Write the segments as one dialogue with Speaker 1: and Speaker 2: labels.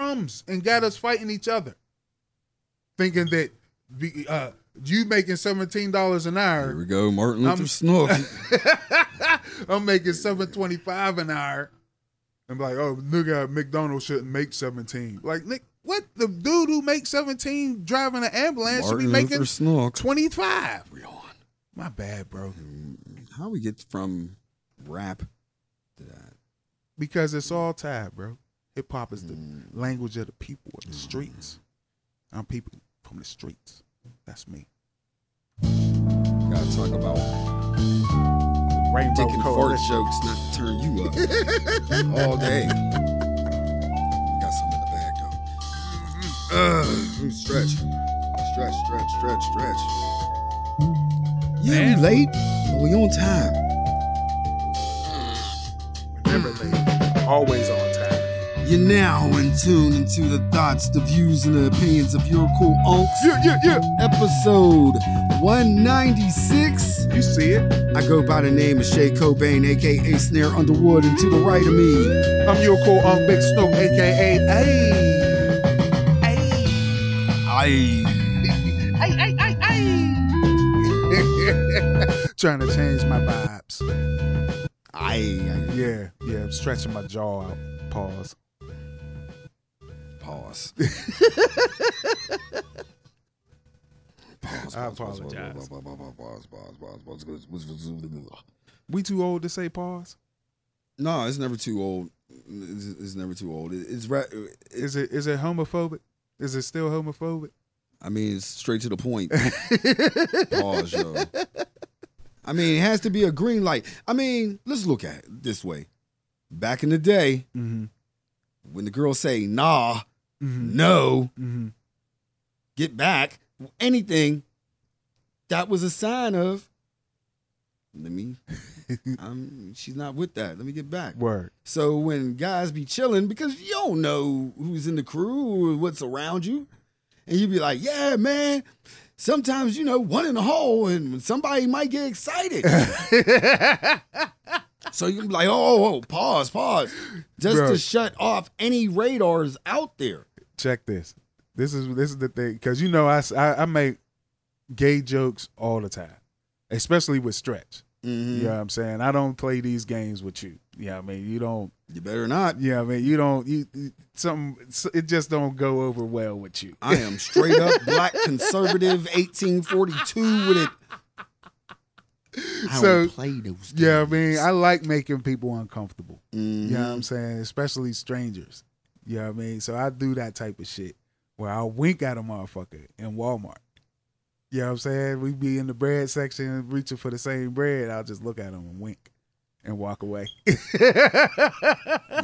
Speaker 1: drums and got us fighting each other, thinking that be- uh, you making seventeen dollars an hour.
Speaker 2: Here we go, Martin
Speaker 1: I'm-
Speaker 2: Luther Snook.
Speaker 1: I'm making seven twenty five an hour. I'm like, oh, nigga, at McDonald's shouldn't make seventeen. Like, Nick, what the dude who makes seventeen driving an ambulance should
Speaker 2: Martin
Speaker 1: be making
Speaker 2: Luther Snook.
Speaker 1: twenty five.
Speaker 2: We on.
Speaker 1: My bad, bro.
Speaker 2: How we get from rap to that?
Speaker 1: Because it's all tied, bro. Hip hop is the
Speaker 2: Mm.
Speaker 1: language of the people, of the streets. I'm people from the streets. That's me.
Speaker 2: Gotta talk about
Speaker 1: Rainbow
Speaker 2: dick and fart
Speaker 1: Coalition.
Speaker 2: jokes not to turn you up all day. Got some in the bag though.
Speaker 1: Mm-hmm.
Speaker 2: Ugh, stretch, stretch, stretch, stretch, stretch.
Speaker 1: Man.
Speaker 2: Yeah, we late, but we on time.
Speaker 1: Never late. Always on time.
Speaker 2: You're now in tune into the thoughts, the views, and the opinions of your cool unks.
Speaker 1: Yeah, yeah, yeah.
Speaker 2: Episode 196.
Speaker 1: You see it?
Speaker 2: I go by the name of Shay Cobain, aka Snare Underwood, and to the right of me,
Speaker 1: I'm your cool on Big Snow, aka Hey. Trying to change my vibes.
Speaker 2: I,
Speaker 1: Yeah, yeah. I'm stretching my jaw out. Pause.
Speaker 2: I pause.
Speaker 1: I apologize. We too old to say pause.
Speaker 2: No, it's never too old. It's, it's never too old. It- It's right.
Speaker 1: Is it is it homophobic? Is it still homophobic?
Speaker 2: I mean, it's straight to the point. Pause, yo. I mean, it has to be a green light. I mean, let's look at it this way. Back in the day,
Speaker 1: Mm-hmm.
Speaker 2: when the girls say "nah,"
Speaker 1: Mm-hmm.
Speaker 2: "no,"
Speaker 1: Mm-hmm.
Speaker 2: "get back," anything, that was a sign of. Let me. I'm. She's not with that. Let me get back.
Speaker 1: Word.
Speaker 2: So when guys be chilling, because you don't know who's in the crew or what's around you, and you be like, yeah, man, sometimes, you know, one in the hole and somebody might get excited. so you can be like, oh, oh, pause, pause, just
Speaker 1: Bro.
Speaker 2: to shut off any radars out there.
Speaker 1: Check this. This is this is the thing because you know I, s- I- I make gay jokes all the time, especially with stretch. You
Speaker 2: Mm-hmm.
Speaker 1: know what I'm saying? I don't play these games with you. Yeah, I mean you don't.
Speaker 2: You better not.
Speaker 1: Yeah, I mean you don't. You you- something. It just don't go over well with you.
Speaker 2: I am straight up black conservative 1842 with it. I
Speaker 1: So,
Speaker 2: don't play those.
Speaker 1: Yeah, I
Speaker 2: games.
Speaker 1: mean I like making people uncomfortable.
Speaker 2: Mhm.
Speaker 1: You know what I'm saying? Especially strangers. You know what I mean? So I do that type of shit where I'll wink at a motherfucker in Walmart. You know what I'm saying? We be in the bread section reaching for the same bread. I'll just look at them and wink and walk away.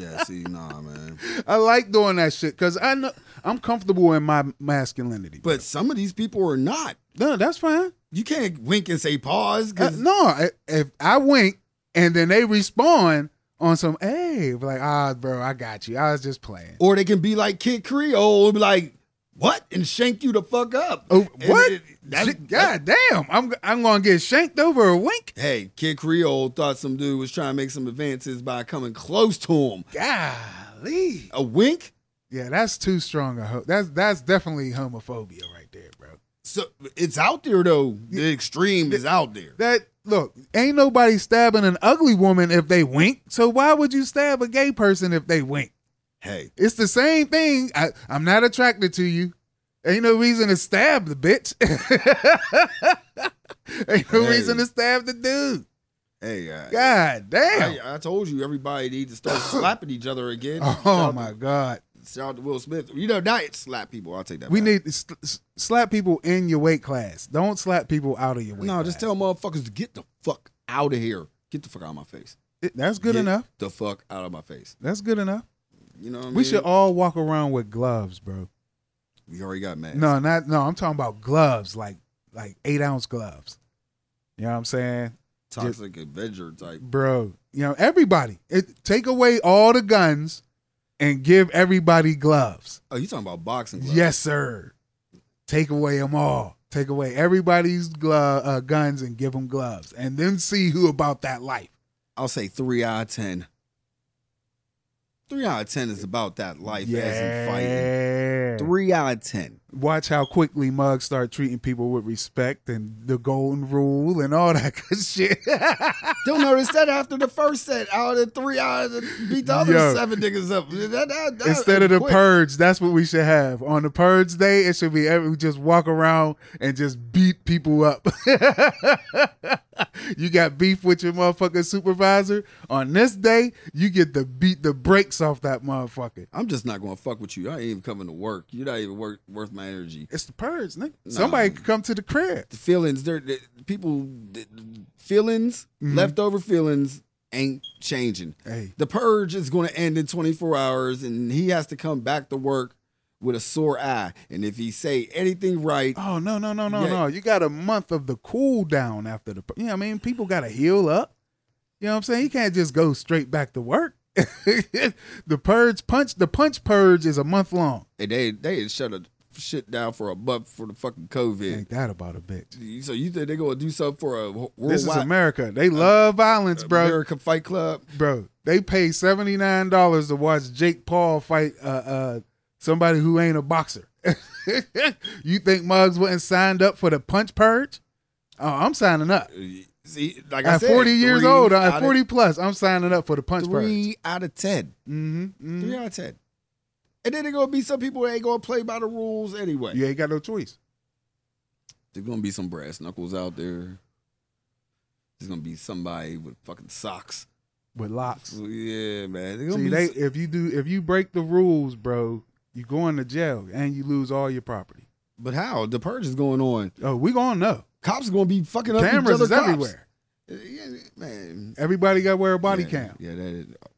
Speaker 2: Yeah, see, nah, man.
Speaker 1: I like doing that shit because I know I'm comfortable in my masculinity.
Speaker 2: But some of these people are not.
Speaker 1: no, that's fine.
Speaker 2: You can't wink and say pause
Speaker 1: Uh,
Speaker 2: because
Speaker 1: no, I- if I wink and then they respond on some, hey, like, ah, bro, I got you. I was just playing.
Speaker 2: or they can be like Kid Creole and be like, what? And shank you the fuck up.
Speaker 1: Oh,
Speaker 2: And
Speaker 1: what?
Speaker 2: it- that-
Speaker 1: Shit, God damn! I'm I'm gonna get shanked over a wink.
Speaker 2: Hey, Kid Creole thought some dude was trying to make some advances by coming close to him.
Speaker 1: Golly!
Speaker 2: A wink?
Speaker 1: Yeah, that's too strong. A ho- that's that's definitely homophobia right there, bro.
Speaker 2: So it's out there though. The extreme is out there.
Speaker 1: That look ain't nobody stabbing an ugly woman if they wink. So why would you stab a gay person if they wink?
Speaker 2: Hey,
Speaker 1: It's the same thing. I, I'm not attracted to you. Ain't no reason to stab the bitch. ain't no
Speaker 2: Hey.
Speaker 1: reason to stab the dude.
Speaker 2: hey, uh,
Speaker 1: God damn!
Speaker 2: I, I told you everybody needs to start slapping each other again.
Speaker 1: oh my god.
Speaker 2: Shout out to Will Smith. You know, not slap people. I'll take that.
Speaker 1: We
Speaker 2: back.
Speaker 1: need to sl- s- slap people in your weight class. Don't slap people out of your weight.
Speaker 2: No, just
Speaker 1: class.
Speaker 2: tell motherfuckers to get the fuck out of here. Get the fuck out of my face.
Speaker 1: It- That's good
Speaker 2: Get
Speaker 1: enough.
Speaker 2: The fuck out of my face.
Speaker 1: That's good enough.
Speaker 2: You know what I mean?
Speaker 1: We should all walk around with gloves, bro.
Speaker 2: We already got mad.
Speaker 1: No, not no. I'm talking about gloves, like like eight ounce gloves. You know what I'm saying,
Speaker 2: Toxic Avenger type.
Speaker 1: bro? You know everybody. It, take away all the guns and give everybody gloves.
Speaker 2: Oh, you talking about boxing gloves?
Speaker 1: Yes, sir. Take away them all. Take away everybody's glove uh, guns and give them gloves, and then see who about that life.
Speaker 2: I'll say three out of ten. Three out of ten is about that life as in fighting.
Speaker 1: yeah.
Speaker 2: Three out of ten.
Speaker 1: Watch how quickly mugs start treating people with respect and the golden rule and all that good shit.
Speaker 2: Don't notice that after the first set, out of the three out of the, beat the other
Speaker 1: Yo.
Speaker 2: seven niggas up. That- that- that-
Speaker 1: Instead of the
Speaker 2: quick.
Speaker 1: purge, that's what we should have. On the purge day, it should be every, we just walk around and just beat people up. you got beef with your motherfucking supervisor. On this day, you get to beat the brakes off that motherfucker.
Speaker 2: I'm just not gonna fuck with you. I ain't even coming to work. You're not even worth worth my energy.
Speaker 1: It's the purge, nigga. Somebody could come to the crib.
Speaker 2: The feelings, they're, they people, the- the feelings,
Speaker 1: Mm-hmm.
Speaker 2: leftover feelings ain't changing.
Speaker 1: Hey,
Speaker 2: The purge is going to end in 24 hours, and he has to come back to work with a sore eye. And if he say anything right,
Speaker 1: oh no, no, no, no,
Speaker 2: Yeah.
Speaker 1: no! You got a month of the cool down after the. pur- You know what I mean? People got to heal up. You know what I'm saying? You can't just go straight back to work. the purge punch, the punch purge is a month long.
Speaker 2: and they they had shut a shit down for a month for the fucking COVID.
Speaker 1: Ain't that about a bitch?
Speaker 2: So you think they're going to do something for a wh-
Speaker 1: This is
Speaker 2: worldwide
Speaker 1: America. They love violence, bro.
Speaker 2: American Fight Club?
Speaker 1: Bro, they pay seventy nine dollars to watch Jake Paul fight uh, uh, somebody who ain't a boxer. you think Muggs wouldn't signed up for the punch purge? Oh, I'm signing up.
Speaker 2: See, like I
Speaker 1: At
Speaker 2: said,
Speaker 1: 40 years
Speaker 2: three
Speaker 1: old,
Speaker 2: out
Speaker 1: at
Speaker 2: of-
Speaker 1: 40 plus, I'm signing up for the punch purge.
Speaker 2: three out of 10
Speaker 1: Mm-hmm,
Speaker 2: Three out of ten. And then there gonna be some people that ain't gonna play by the rules anyway.
Speaker 1: You ain't got no choice.
Speaker 2: There's gonna be some brass knuckles out there. There's gonna be somebody with fucking socks.
Speaker 1: With locks.
Speaker 2: So, yeah, man. There's gonna
Speaker 1: See,
Speaker 2: be
Speaker 1: they
Speaker 2: s-
Speaker 1: if you do if you break the rules, bro, you going to jail and you lose all your property.
Speaker 2: but how? The purge is going on.
Speaker 1: Oh, we gonna know.
Speaker 2: Cops gonna be fucking up
Speaker 1: Cameras
Speaker 2: each other.
Speaker 1: is
Speaker 2: cops.
Speaker 1: everywhere.
Speaker 2: Uh, Yeah, man.
Speaker 1: Everybody got to wear a body
Speaker 2: yeah,
Speaker 1: cam.
Speaker 2: Yeah, that is. uh,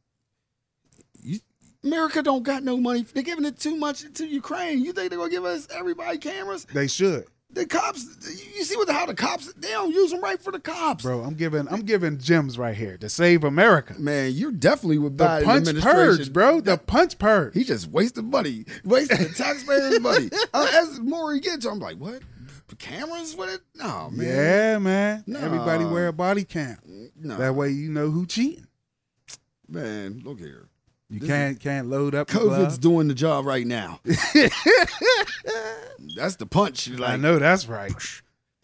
Speaker 2: You, America don't got no money. They're giving it too much to Ukraine. You think they're gonna give us everybody cameras?
Speaker 1: They should,
Speaker 2: The cops. You you see what the, how the cops? They don't use them right for the cops.
Speaker 1: bro. I'm giving I'm giving gems right here to save America.
Speaker 2: Man, you're definitely with
Speaker 1: The
Speaker 2: Biden
Speaker 1: punch
Speaker 2: administration.
Speaker 1: purge, bro. The punch purge.
Speaker 2: He just wasted money, wasted the taxpayers' money. Uh, as more he gets, I'm like, what? Cameras with it? No, man.
Speaker 1: Yeah, man.
Speaker 2: Nah.
Speaker 1: Everybody wear a body cam.
Speaker 2: No,
Speaker 1: That way you know who cheating.
Speaker 2: man. Look here.
Speaker 1: You
Speaker 2: This
Speaker 1: can't can't load up. the
Speaker 2: COVID's
Speaker 1: glove.
Speaker 2: doing the job right now. That's the punch. Like,
Speaker 1: I know that's right.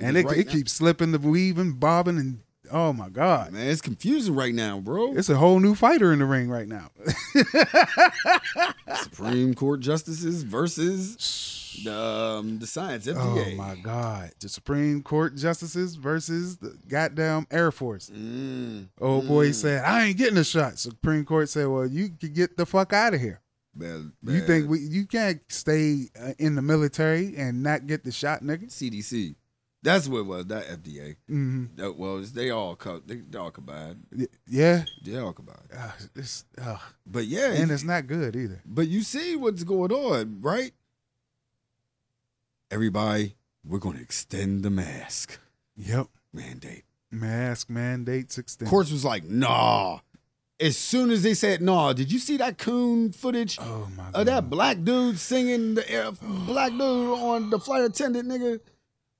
Speaker 1: And it,
Speaker 2: Right
Speaker 1: it
Speaker 2: now.
Speaker 1: keeps slipping, the weaving, bobbing, and oh my god,
Speaker 2: man, it's confusing right now, bro.
Speaker 1: it's a whole new fighter in the ring right now.
Speaker 2: Supreme Court justices versus the, um, the science
Speaker 1: oh
Speaker 2: FDA.
Speaker 1: my god, the Supreme Court justices versus the goddamn Air Force.
Speaker 2: Mm,
Speaker 1: Old boy
Speaker 2: Mm.
Speaker 1: said, "I ain't getting a shot." Supreme Court said, "Well, you can get the fuck out of here.
Speaker 2: man,
Speaker 1: You
Speaker 2: man.
Speaker 1: think we, you can't stay uh, in the military and not get the shot, niggas?"
Speaker 2: CDC? That's what it was. That FDA.
Speaker 1: hmm
Speaker 2: That, uh, well, it's- they all co- they, they all combined.
Speaker 1: Yeah,
Speaker 2: They all combined.
Speaker 1: uh, it's, uh,
Speaker 2: But yeah,
Speaker 1: and it's not good either.
Speaker 2: but you see what's going on, right? Everybody, we're going to extend the mask
Speaker 1: Yep,
Speaker 2: mandate.
Speaker 1: mask mandates extended.
Speaker 2: Courts was like, nah. As soon as they said nah, did you see that coon footage
Speaker 1: Oh my god.
Speaker 2: of that black dude singing the air, black dude on the flight attendant nigga?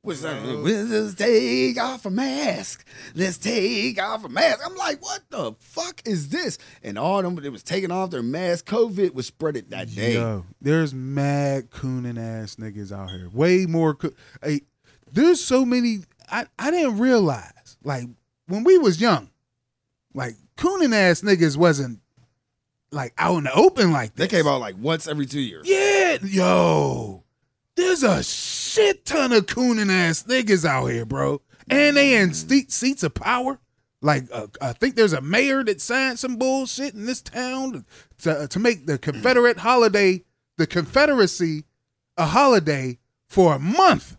Speaker 2: Was like, let's take off a mask. Let's take off a mask. I'm like, what the fuck is this? And all them, they was taking off their mask. COVID was spreading that day.
Speaker 1: Yo, there's mad cooning ass niggas out here. Way more. Coo- hey, there's so many. I, I didn't realize. Like when we was young, like cooning ass niggas wasn't like out in the open like
Speaker 2: They
Speaker 1: this.
Speaker 2: came out like once every two years.
Speaker 1: Yeah, yo, there's a shit ton of cooning ass niggas out here, bro, and they in
Speaker 2: Mm.
Speaker 1: seat, seats of power. Like uh, I think there's a mayor that signed some bullshit in this town to to make the Confederate
Speaker 2: Mm.
Speaker 1: holiday, the Confederacy, a holiday for a month.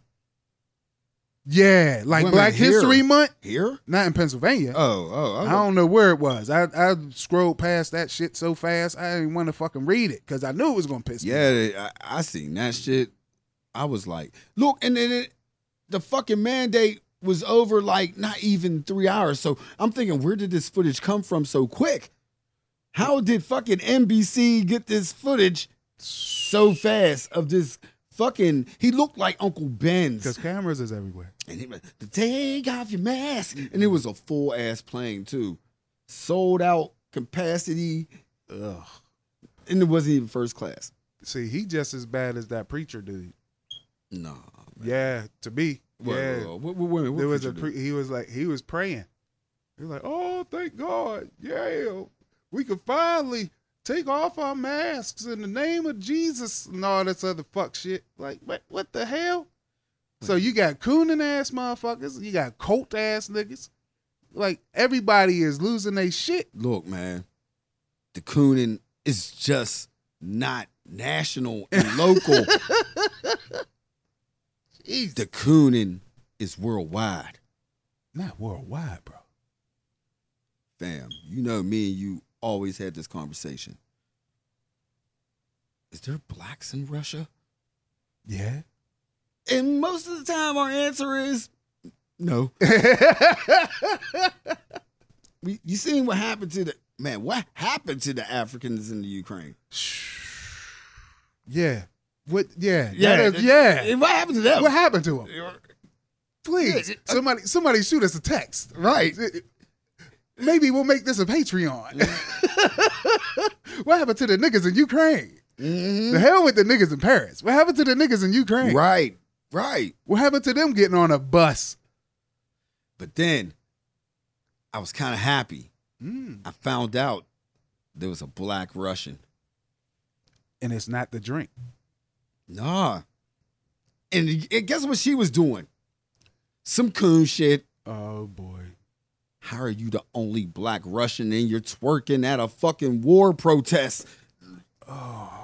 Speaker 1: Yeah, like
Speaker 2: Women
Speaker 1: Black
Speaker 2: here.
Speaker 1: History Month,
Speaker 2: Here?
Speaker 1: not in Pennsylvania.
Speaker 2: Oh, oh,
Speaker 1: I
Speaker 2: okay.
Speaker 1: don't know where it was. I, I scrolled past that shit so fast I didn't want to fucking read it because I knew it was gonna piss me. off.
Speaker 2: yeah, I, I seen that shit. I was like, look, and then it, the fucking mandate was over like not even three hours. So I'm thinking, where did this footage come from so quick? How did fucking NBC get this footage so fast of this fucking? He looked like Uncle Ben's.
Speaker 1: Because cameras is everywhere.
Speaker 2: And he went, take off your mask. And it was a full ass plane too. Sold out capacity. Ugh. and it wasn't even first class.
Speaker 1: See, he just as bad as that preacher dude.
Speaker 2: No.
Speaker 1: Yeah, to me.
Speaker 2: Whoa,
Speaker 1: yeah.
Speaker 2: whoa, whoa. What, what, what, what
Speaker 1: there was a
Speaker 2: preacher do?
Speaker 1: pre- he was like he was praying. He was like, "Oh, thank God, yeah, we can finally take off our masks in the name of Jesus and all this other fuck shit." Like, what what the hell? So you got cooning ass motherfuckers, you got cult ass niggas. Like everybody is losing their shit.
Speaker 2: Look, man, the Coonan is just not national and local.
Speaker 1: Jeez.
Speaker 2: the Coonan is worldwide.
Speaker 1: Not worldwide, bro.
Speaker 2: Fam, you know me and you always had this conversation. Is there blacks in Russia?
Speaker 1: Yeah.
Speaker 2: And most of the time our answer is no. We, you seen what happened to the man, what happened to the Africans in the Ukraine?
Speaker 1: yeah. What yeah. that is- yeah.
Speaker 2: What happened to them?
Speaker 1: what happened to him? Please,
Speaker 2: Yeah, it-
Speaker 1: somebody, somebody shoot us a text.
Speaker 2: Right.
Speaker 1: Maybe we'll make this a Patreon. what happened to the niggas in Ukraine?
Speaker 2: Mhm.
Speaker 1: The hell with the niggas in Paris. What happened to the niggas in Ukraine?
Speaker 2: Right. Right.
Speaker 1: What happened to them getting on a bus?
Speaker 2: But then I was kind of happy.
Speaker 1: Mm.
Speaker 2: I found out there was a black Russian.
Speaker 1: And it's not the drink.
Speaker 2: Nah. And, and guess what she was doing? Some coon shit.
Speaker 1: Oh boy.
Speaker 2: How are you the only black Russian and you're twerking at a fucking war protest?
Speaker 1: Oh,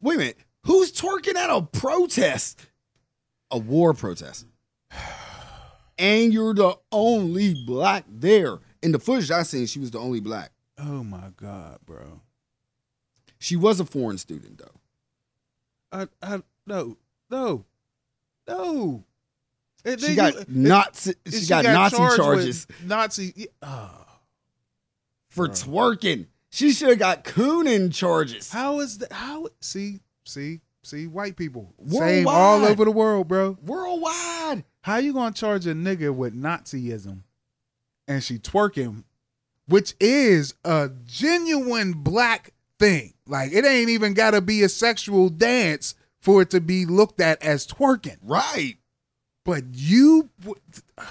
Speaker 2: Wait a minute. Who's twerking at a protest? A war protest. And you're the only black there. In the footage I seen, she was the only black.
Speaker 1: Oh my God, bro.
Speaker 2: She was a foreign student though.
Speaker 1: I, I no, no, no. And
Speaker 2: She
Speaker 1: then
Speaker 2: got
Speaker 1: you- and-
Speaker 2: Nazi.
Speaker 1: and
Speaker 2: She, got, Nazi
Speaker 1: charged with
Speaker 2: charges
Speaker 1: Nazi. yeah, Oh.
Speaker 2: for
Speaker 1: Bro.
Speaker 2: twerking. She should have got Coonan charges.
Speaker 1: How is that? How see see see white people same
Speaker 2: Worldwide.
Speaker 1: all over the world, bro.
Speaker 2: Worldwide.
Speaker 1: How you gonna charge a nigga with Nazism, and she twerking, which is a genuine black thing. Like it ain't even gotta be a sexual dance for it to be looked at as twerking.
Speaker 2: Right.
Speaker 1: But you w-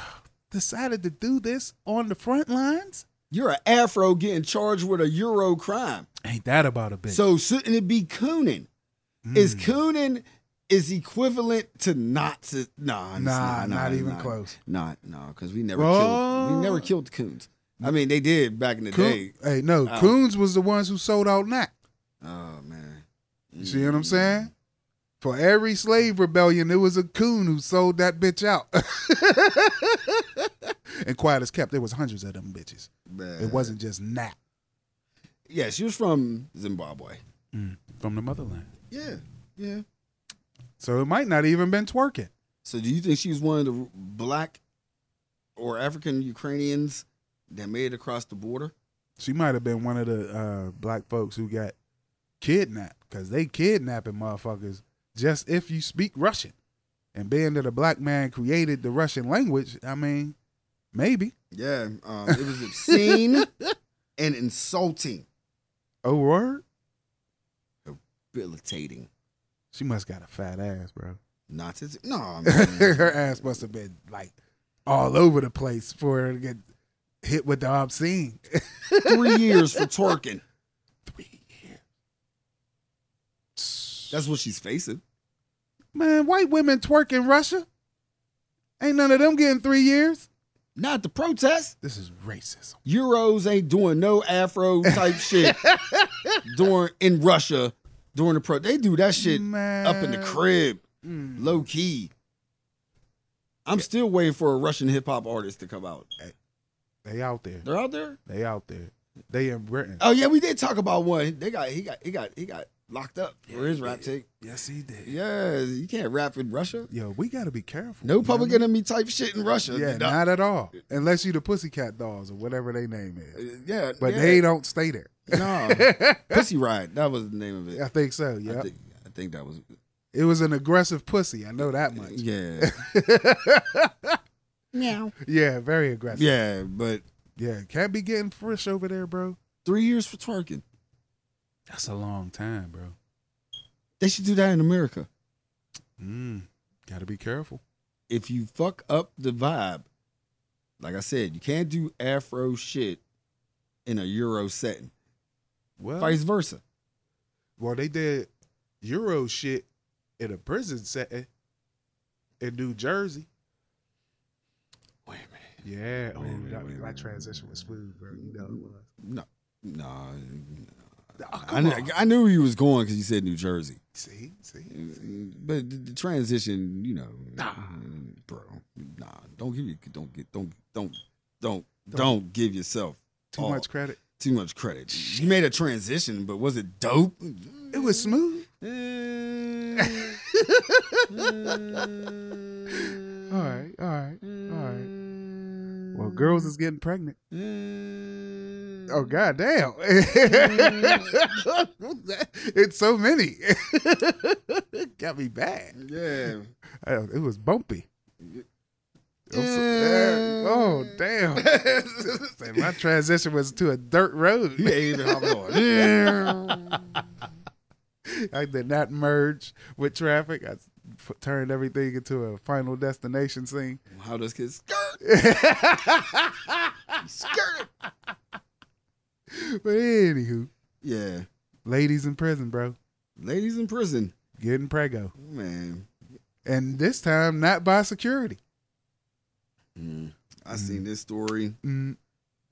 Speaker 1: decided to do this on the front lines.
Speaker 2: You're an Afro getting charged with a Euro crime.
Speaker 1: Ain't that about a bitch? Mm.
Speaker 2: So shouldn't it be Coonan? Is Coonan is equivalent to Nazi? Nah, it's
Speaker 1: nah,
Speaker 2: not,
Speaker 1: not even
Speaker 2: nah,
Speaker 1: close.
Speaker 2: Not no, because we never killed.
Speaker 1: Oh.
Speaker 2: We never killed coons. I mean, they did back in the
Speaker 1: Coon-
Speaker 2: day.
Speaker 1: hey, no,
Speaker 2: Oh.
Speaker 1: Coons was the ones who sold out Nat.
Speaker 2: Oh man.
Speaker 1: You see
Speaker 2: Mm.
Speaker 1: what I'm saying? For every slave rebellion, it was a coon who sold that bitch out. and quiet as kept, there was hundreds of them bitches.
Speaker 2: Man.
Speaker 1: It wasn't just Nat
Speaker 2: Yeah, she was from Zimbabwe.
Speaker 1: from the motherland.
Speaker 2: Yeah, yeah.
Speaker 1: So it might not even been twerking.
Speaker 2: So do you think she was one of the r- black or African Ukrainians that made it across the border?
Speaker 1: She might have been one of the uh, black folks who got kidnapped because they kidnapping motherfuckers just if you speak Russian. And being that a black man created the Russian language, I mean, maybe.
Speaker 2: Yeah, um, it was obscene and insulting,
Speaker 1: Oh, word?
Speaker 2: debilitating.
Speaker 1: She must got a fat ass, bro.
Speaker 2: Not to no, I mean,
Speaker 1: her ass must have been like all over the place for her to get hit with the obscene.
Speaker 2: three years for twerking.
Speaker 1: Three years.
Speaker 2: That's what she's facing.
Speaker 1: Man, white women twerk in Russia. Ain't none of them getting three years.
Speaker 2: Not the protest.
Speaker 1: This is racism.
Speaker 2: Euros ain't doing no Afro type shit during in Russia during the pro. They do that shit
Speaker 1: Man.
Speaker 2: up in the crib.
Speaker 1: Mm.
Speaker 2: low key. I'm still waiting for a Russian hip hop artist to come out.
Speaker 1: They out there.
Speaker 2: They're out there.
Speaker 1: They out there. They in Britain.
Speaker 2: Oh yeah, we did talk about one. They got he got he got he got locked up for his rap tape.
Speaker 1: Yes, he did.
Speaker 2: Yeah, you can't rap in Russia.
Speaker 1: Yo, we gotta be careful.
Speaker 2: No
Speaker 1: you know
Speaker 2: public
Speaker 1: what I mean?
Speaker 2: enemy type shit in Russia.
Speaker 1: Yeah,
Speaker 2: No.
Speaker 1: not at all. Unless you the pussycat dolls or whatever they name is.
Speaker 2: yeah,
Speaker 1: But
Speaker 2: yeah.
Speaker 1: they don't stay there.
Speaker 2: no pussy ride. That was the name of it.
Speaker 1: I think so. Yeah,
Speaker 2: I think I think that was
Speaker 1: it was an aggressive pussy. I know that much.
Speaker 2: yeah
Speaker 1: yeah, very aggressive.
Speaker 2: yeah. But
Speaker 1: Yeah. can't be getting fresh over there, bro.
Speaker 2: Three years for twerking.
Speaker 1: That's a long time, bro.
Speaker 2: They should do that in America.
Speaker 1: Mm, gotta be careful.
Speaker 2: If you fuck up the vibe, like I said, you can't do Afro shit in a Euro setting.
Speaker 1: Well,
Speaker 2: Vice versa.
Speaker 1: well, they did Euro shit in a prison setting in New Jersey.
Speaker 2: Wait a minute.
Speaker 1: Yeah, oh,
Speaker 2: Wait, wait,
Speaker 1: that-
Speaker 2: wait,
Speaker 1: my
Speaker 2: wait.
Speaker 1: transition was smooth, bro. You know it was.
Speaker 2: Nah.
Speaker 1: Oh,
Speaker 2: I,
Speaker 1: come
Speaker 2: knew,
Speaker 1: on.
Speaker 2: I knew you was going because you said New Jersey.
Speaker 1: See, see, see.
Speaker 2: But the- the transition, you know,
Speaker 1: Nah.
Speaker 2: bro, nah, don't give you, don't get, don't, don't, don't, don't give yourself
Speaker 1: Too
Speaker 2: Oh.
Speaker 1: much credit.
Speaker 2: too much credit. You made a transition, but was it dope?
Speaker 1: It was smooth. All right, all right, all right. Well, girls is getting pregnant. Oh god damn. it's so many. Got me bad.
Speaker 2: Yeah.
Speaker 1: Oh, It was bumpy. I'm so- eh, oh damn. Say, My transition was to a dirt
Speaker 2: He
Speaker 1: road.
Speaker 2: ain't even hopping on. Yeah.
Speaker 1: I did not merge with traffic. I f- turned everything into a final destination scene.
Speaker 2: How does kids skirt? Skirt.
Speaker 1: But anywho,
Speaker 2: Yeah.
Speaker 1: ladies in prison, bro,
Speaker 2: Ladies in prison. Oh,
Speaker 1: getting prego,
Speaker 2: Man.
Speaker 1: and this time not by security.
Speaker 2: Mm. I seen this story
Speaker 1: Mm,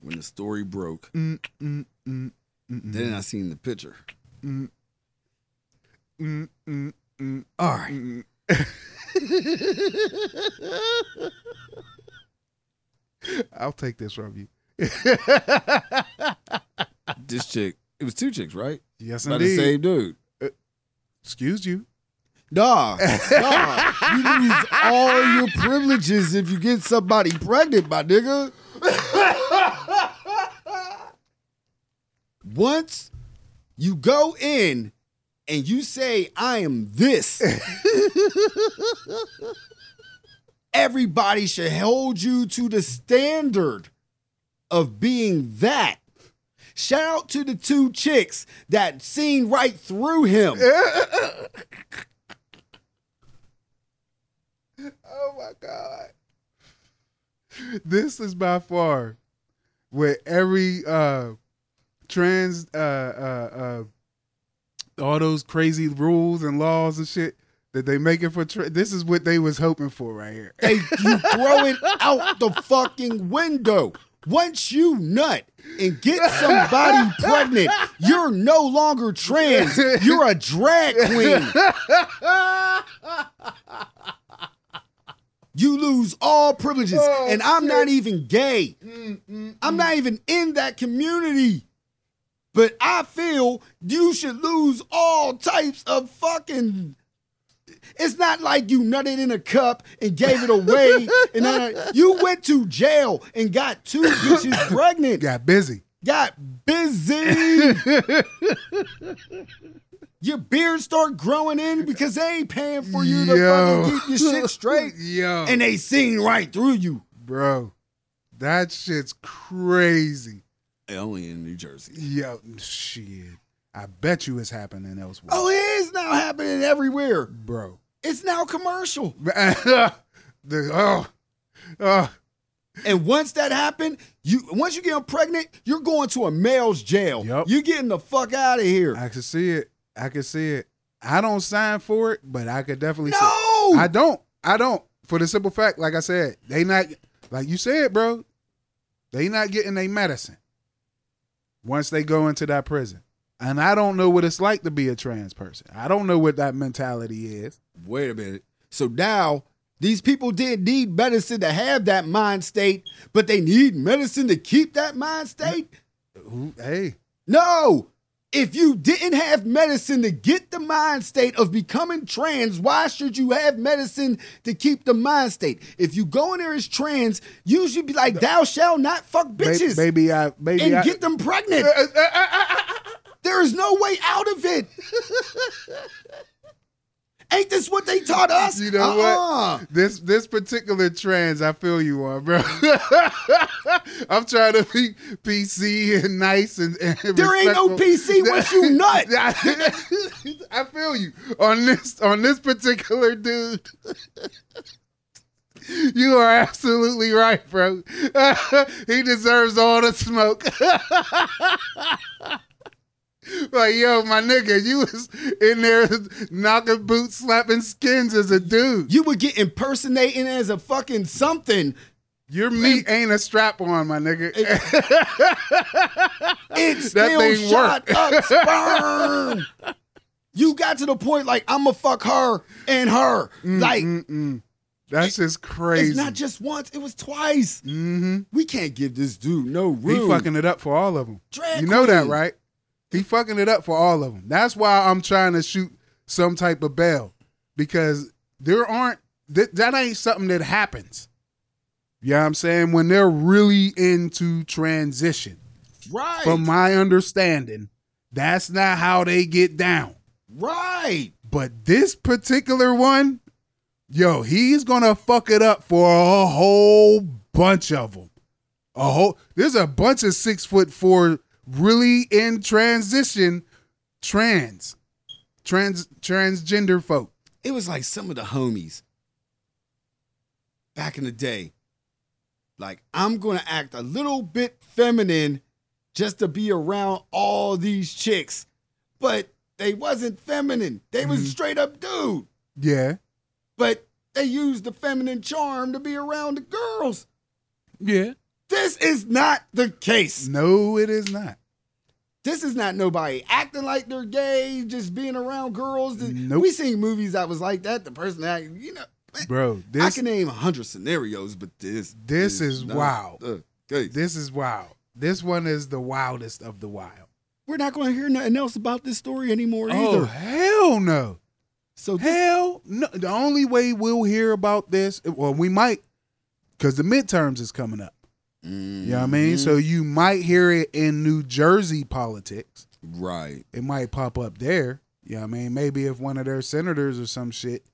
Speaker 2: when the story broke.
Speaker 1: mm, mm, mm, mm, mm,
Speaker 2: Then I seen the picture.
Speaker 1: mm, mm, mm, mm,
Speaker 2: All right.
Speaker 1: mm. I'll take this from you.
Speaker 2: This chick, it was two chicks, right?
Speaker 1: yes,
Speaker 2: By the
Speaker 1: indeed.
Speaker 2: same dude.
Speaker 1: Excuse you.
Speaker 2: Nah, nah. You lose all your privileges if you get somebody pregnant, my nigga. Once you go in and you say, I am this, everybody should hold you to the standard of being that. Shout out to the two chicks that seen right through him.
Speaker 1: Oh my god. This is by far where every uh trans uh uh uh all those crazy rules and laws and shit that they making for tra- this is what they was hoping for right here.
Speaker 2: They you throw it out the fucking window. Once you nut and get somebody pregnant, you're no longer trans. You're a drag queen. You lose all privileges.
Speaker 1: Oh,
Speaker 2: and I'm not even gay.
Speaker 1: I'm
Speaker 2: I'm not even in that community. But I feel you should lose all types of fucking. It's not like you nutted in a cup and gave it away. and then you went to jail and got two bitches pregnant.
Speaker 1: got busy.
Speaker 2: Got busy. Your beard start growing in because they ain't paying for you to
Speaker 1: Yo.
Speaker 2: fucking keep your shit straight.
Speaker 1: Yo.
Speaker 2: And they seen right through you.
Speaker 1: bro, that shit's crazy.
Speaker 2: Only in New Jersey.
Speaker 1: Yo, shit. I bet you it's happening elsewhere.
Speaker 2: Oh, it is now happening everywhere.
Speaker 1: bro.
Speaker 2: It's now commercial.
Speaker 1: the, oh, oh,
Speaker 2: And once that happened, you once you get pregnant, you're going to a male's jail.
Speaker 1: Yup.
Speaker 2: You're getting the fuck out of here.
Speaker 1: I can see it. I can see it. I don't sign for it, but I could definitely. see-
Speaker 2: no.
Speaker 1: I don't. I don't. For the simple fact, like I said, they not like you said, bro. They not getting their medicine once they go into that prison. And I don't know what it's like to be a trans person. I don't know what that mentality is.
Speaker 2: Wait a minute. So now these people did need medicine to have that mind state, but they need medicine to keep that mind state?
Speaker 1: Who- Hey,
Speaker 2: No. If you didn't have medicine to get the mind state of becoming trans, why should you have medicine to keep the mind state? If you go in there as trans, you should be like, thou shall not fuck
Speaker 1: may-
Speaker 2: bitches
Speaker 1: maybe I maybe
Speaker 2: and
Speaker 1: I,
Speaker 2: get them pregnant. there is no way out of it. ain't this what they taught us?
Speaker 1: You know what?
Speaker 2: Uh-uh.
Speaker 1: This this particular trans, I feel you on, bro. I'm trying to be PC and nice and, and
Speaker 2: There ain't no PC once you nut.
Speaker 1: nut. I feel you on this on this particular dude. You are absolutely right, bro. he deserves all the smoke. like, yo, my nigga, you was in there knocking boots, slapping skins as a dude.
Speaker 2: You would get impersonating as a fucking something.
Speaker 1: Your meat ain't a strap on, my nigga.
Speaker 2: It still
Speaker 1: thing
Speaker 2: shot up sperm. You got to the point like I'ma fuck her and her. like
Speaker 1: Mm-mm. That's just Mm, crazy.
Speaker 2: it's not just once, it was twice.
Speaker 1: hmm
Speaker 2: We can't give this dude no
Speaker 1: He
Speaker 2: room.
Speaker 1: fucking it up for all of them.
Speaker 2: Drag
Speaker 1: You know that,
Speaker 2: queen.
Speaker 1: right? He fucking it up for all of them. That's why I'm trying to shoot some type of bell because there aren't that that ain't something that happens. You know what I'm saying? When they're really into transition,
Speaker 2: Right.
Speaker 1: from my understanding, that's not how they get down.
Speaker 2: right.
Speaker 1: But this particular one, yo, he's gonna fuck it up for a whole bunch of them. A whole there's a bunch of six foot four really in transition trans trans transgender folk.
Speaker 2: It was like some of the homies back in the day. Like, I'm gonna act a little bit feminine just to be around all these chicks. But they wasn't feminine. They was
Speaker 1: Mhm.
Speaker 2: straight up dude.
Speaker 1: Yeah,
Speaker 2: But they used the feminine charm to be around the girls.
Speaker 1: yeah.
Speaker 2: This is not the case.
Speaker 1: No, it is not.
Speaker 2: This is not nobody acting like they're gay, just being around girls.
Speaker 1: Nope.
Speaker 2: We seen movies that was like that. The person that you know,
Speaker 1: Bro,
Speaker 2: I
Speaker 1: this
Speaker 2: can name a hundred scenarios, but this
Speaker 1: This is
Speaker 2: not
Speaker 1: wild.
Speaker 2: the case.
Speaker 1: this is wild. This one is the wildest of the wild.
Speaker 2: We're not going to hear nothing else about this story anymore
Speaker 1: Oh
Speaker 2: either.
Speaker 1: hell no.
Speaker 2: So this-
Speaker 1: Hell no. The only way we'll hear about this, well, we might, because the midterms is coming up. You know what I mean?
Speaker 2: Mm-hmm.
Speaker 1: So you might hear it in New Jersey politics.
Speaker 2: Mm, right,
Speaker 1: It might pop up there. You know what I mean? Maybe if one of their senators or some shit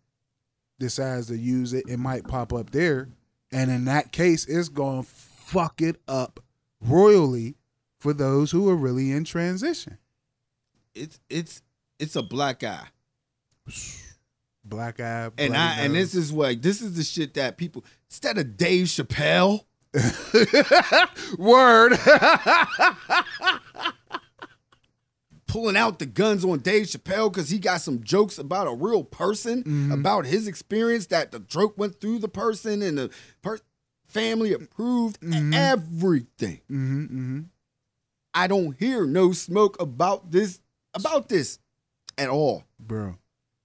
Speaker 1: decides to use it, it might pop up there. And in that case, it's going to fuck it up royally for those who are really in transition.
Speaker 2: it's it's it's a black eye,
Speaker 1: Black eye.
Speaker 2: and I and this is what this is the shit that people instead of Dave Chappelle,
Speaker 1: Word.
Speaker 2: pulling out the guns on Dave Chappelle because he got some jokes about a real person,
Speaker 1: Mhm.
Speaker 2: about his experience that the joke went through the person and the per- family approved
Speaker 1: Mhm.
Speaker 2: everything.
Speaker 1: hmm hmm
Speaker 2: I don't hear no smoke about this about this at all.
Speaker 1: bro.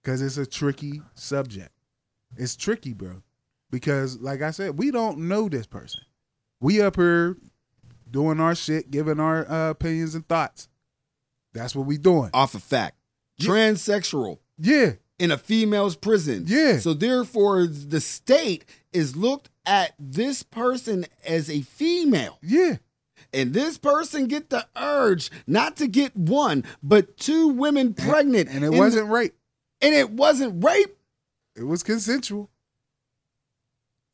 Speaker 1: Because it's a tricky subject. It's tricky, bro. Because, like I said, we don't know this person. We up here doing our shit, giving our uh, opinions and thoughts. That's what we doing.
Speaker 2: Off of fact, transsexual
Speaker 1: Yeah,
Speaker 2: in a female's prison.
Speaker 1: Yeah.
Speaker 2: So therefore, the state is looked at this person as a female.
Speaker 1: yeah,
Speaker 2: and this person get the urge not to get one but two women pregnant
Speaker 1: and it
Speaker 2: in the-
Speaker 1: wasn't rape.
Speaker 2: and it wasn't rape
Speaker 1: It was consensual.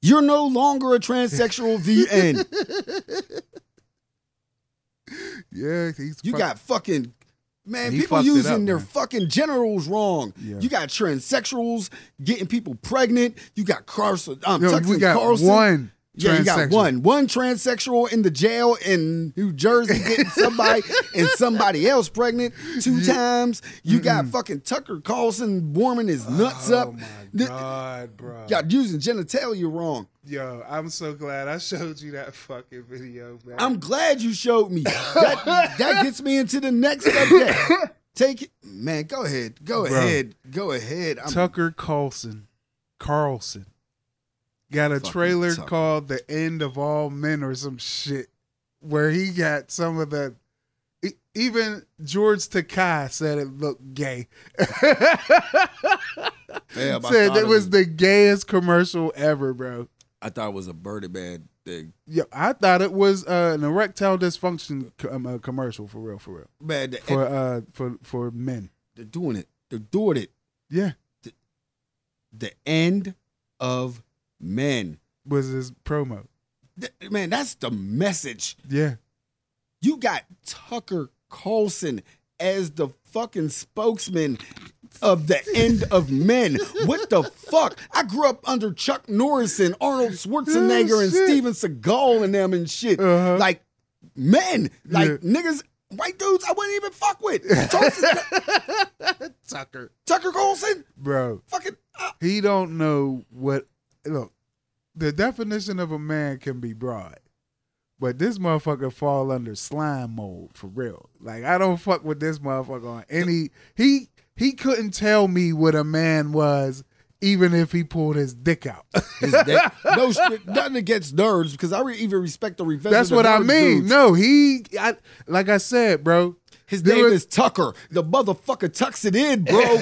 Speaker 2: you're no longer a transsexual vn
Speaker 1: Yeah, he's
Speaker 2: you
Speaker 1: fuck-
Speaker 2: got fucking man
Speaker 1: He
Speaker 2: people
Speaker 1: fucked it
Speaker 2: using
Speaker 1: up,
Speaker 2: their
Speaker 1: man.
Speaker 2: fucking genitals wrong
Speaker 1: Yeah.
Speaker 2: you got transsexuals getting people pregnant you got carson um,
Speaker 1: Yo,
Speaker 2: Tucker
Speaker 1: we got
Speaker 2: Carlson.
Speaker 1: one.
Speaker 2: yeah, you got
Speaker 1: transsexual.
Speaker 2: one. One transsexual in the jail in New Jersey getting somebody and somebody else pregnant two times. You got fucking Tucker Carlson warming his nuts
Speaker 1: oh
Speaker 2: up.
Speaker 1: my
Speaker 2: Th-
Speaker 1: god, bro.
Speaker 2: Y'all using genitalia wrong.
Speaker 1: Yo, I'm so glad I showed you that fucking video, man.
Speaker 2: I'm glad you showed me. That, that gets me into the next subject. Take it. Man, go ahead. Go
Speaker 1: Bro.
Speaker 2: ahead. Go ahead. I'm,
Speaker 1: Tucker Carlson, Carlson, got a
Speaker 2: Fucking
Speaker 1: trailer
Speaker 2: Tucker.
Speaker 1: called "The End of All Men" or some shit, where he got some of the. e- Even George Takai said it looked gay.
Speaker 2: Fam, I
Speaker 1: said
Speaker 2: thought
Speaker 1: it was the gayest commercial ever, bro.
Speaker 2: I thought it was a birdie man thing.
Speaker 1: Yo, I thought it was uh, an erectile dysfunction co- um, uh, commercial for real, for real,
Speaker 2: Man, they-
Speaker 1: for uh, for for men.
Speaker 2: they're doing it. They're doing it.
Speaker 1: Yeah,
Speaker 2: the end of men.
Speaker 1: Was his promo?
Speaker 2: Th- man, that's the message.
Speaker 1: Yeah,
Speaker 2: You got Tucker Carlson as the fucking spokesman of the end of men. What the fuck? I grew up under Chuck Norris and Arnold Schwarzenegger
Speaker 1: Oh,
Speaker 2: and
Speaker 1: shit.
Speaker 2: Steven Seagal and them and shit.
Speaker 1: Uh-huh.
Speaker 2: Like men, like
Speaker 1: Yeah.
Speaker 2: niggas, white dudes I wouldn't even fuck with. Tucker-
Speaker 1: Tucker,
Speaker 2: Tucker Carlson,
Speaker 1: bro.
Speaker 2: fucking uh,
Speaker 1: He don't know what. Look, the definition of a man can be broad, but this motherfucker fall under slime mold for real. Like I don't fuck with this motherfucker on any. He he couldn't tell me what a man was, even if he pulled his dick out.
Speaker 2: his dick. no shit, nothing against nerds because I re- even respect the revenge.
Speaker 1: That's
Speaker 2: of the
Speaker 1: what I
Speaker 2: nerd
Speaker 1: mean.
Speaker 2: dudes.
Speaker 1: No, he. I, like I said, bro.
Speaker 2: His
Speaker 1: There
Speaker 2: name
Speaker 1: was-
Speaker 2: is Tucker. The motherfucker tucks it in, bro.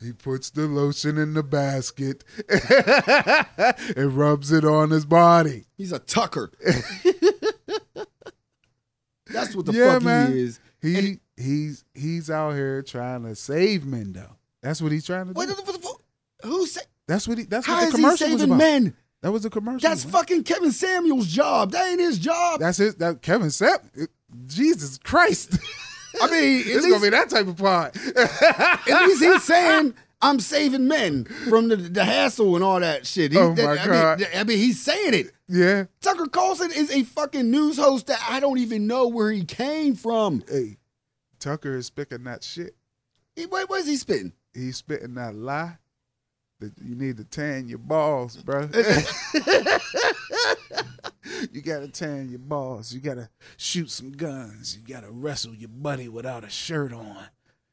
Speaker 1: He puts the lotion in the basket and rubs it on his body.
Speaker 2: He's a Tucker. That's what the
Speaker 1: Yeah,
Speaker 2: fuck
Speaker 1: man.
Speaker 2: he is.
Speaker 1: He
Speaker 2: And he-
Speaker 1: he's he's out here trying to save men though. That's what he's trying to do.
Speaker 2: What the, what the fuck? Who say?
Speaker 1: that's what he that's
Speaker 2: How
Speaker 1: what the
Speaker 2: is he
Speaker 1: commercial was
Speaker 2: saving
Speaker 1: about.
Speaker 2: men?
Speaker 1: That was a commercial.
Speaker 2: That's
Speaker 1: man.
Speaker 2: fucking Kevin Samuel's job. That ain't his job.
Speaker 1: That's his that Kevin Sepp. Jesus Christ.
Speaker 2: I mean, at
Speaker 1: it's gonna
Speaker 2: least,
Speaker 1: be that type of pod.
Speaker 2: at least he's saying I'm saving men from the, the hassle and all that shit. He-
Speaker 1: Oh, my
Speaker 2: I
Speaker 1: God.
Speaker 2: Mean, I mean, he's saying it.
Speaker 1: yeah.
Speaker 2: Tucker Carlson is a fucking news host that I don't even know where he came from.
Speaker 1: Hey, Tucker is spitting that shit.
Speaker 2: He, what was he spitting?
Speaker 1: He's spitting that lie. That you need to tan your balls, bro. You gotta tan your balls. You gotta shoot some guns. You gotta wrestle your buddy without a shirt on.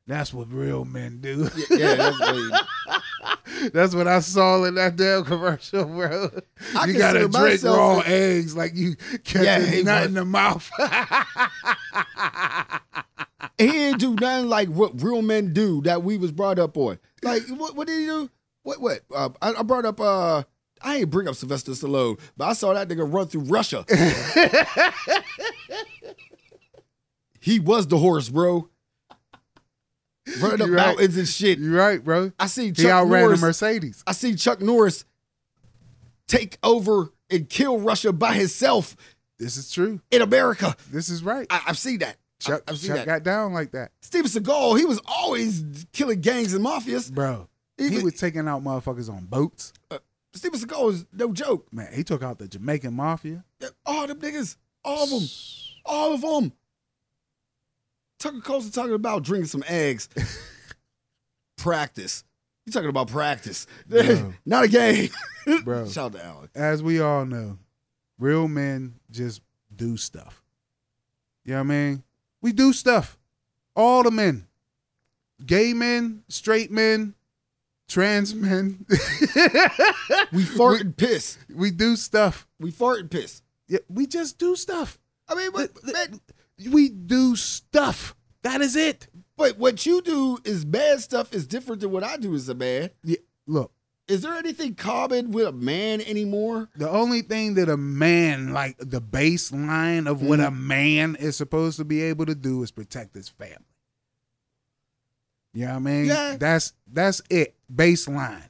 Speaker 1: That's what real men do.
Speaker 2: yeah, that's what he-
Speaker 1: That's what I saw in that damn commercial, bro.
Speaker 2: I
Speaker 1: you gotta
Speaker 2: consider
Speaker 1: drink
Speaker 2: myself
Speaker 1: raw
Speaker 2: a-
Speaker 1: eggs like you
Speaker 2: Yeah,
Speaker 1: catching
Speaker 2: he
Speaker 1: nut
Speaker 2: was-
Speaker 1: in the mouth.
Speaker 2: he didn't do nothing like what real men do that we was brought up on. Like, what, what did he do? What, what? Uh, I, I brought up, uh, I ain't bring up Sylvester Stallone, but I saw that nigga run through Russia. he was the horse, bro. Running up
Speaker 1: You right.
Speaker 2: mountains and shit.
Speaker 1: you right, bro.
Speaker 2: I see
Speaker 1: He
Speaker 2: Chuck
Speaker 1: outran a
Speaker 2: Norris.
Speaker 1: Mercedes.
Speaker 2: I see Chuck Norris take over and kill Russia by himself
Speaker 1: This is true.
Speaker 2: in America.
Speaker 1: This is right.
Speaker 2: I, I've seen that. I-
Speaker 1: Chuck,
Speaker 2: I've seen
Speaker 1: Chuck
Speaker 2: that.
Speaker 1: got down like that,
Speaker 2: Steven Seagal, he was always killing gangs and mafias.
Speaker 1: bro.
Speaker 2: He
Speaker 1: He
Speaker 2: was-
Speaker 1: was taking out motherfuckers on boats.
Speaker 2: Steven Seagal is no joke.
Speaker 1: Man, he took out the Jamaican mafia.
Speaker 2: All them niggas, all of them, all of them. Tucker Carlson talking about drinking some eggs. practice. You talking about practice?
Speaker 1: Bro.
Speaker 2: Not a game.
Speaker 1: Bro.
Speaker 2: Shout out to Alan.
Speaker 1: as we all know, real men just do stuff. You know what I mean? We do stuff. All the men. Gay men, straight men, trans men.
Speaker 2: We fart and piss.
Speaker 1: we do stuff.
Speaker 2: We fart and piss.
Speaker 1: Yeah, we just do stuff.
Speaker 2: I mean, but, man,
Speaker 1: We do stuff. That is it.
Speaker 2: but what you do is bad stuff is different than what I do as a man.
Speaker 1: Yeah, look,
Speaker 2: Is there anything common with a man anymore?
Speaker 1: the only thing that a man, like the baseline of what a
Speaker 2: Mm-hmm.
Speaker 1: man is supposed to be able to do is protect his family. You know what I mean?
Speaker 2: Yeah.
Speaker 1: That's that's it. Baseline.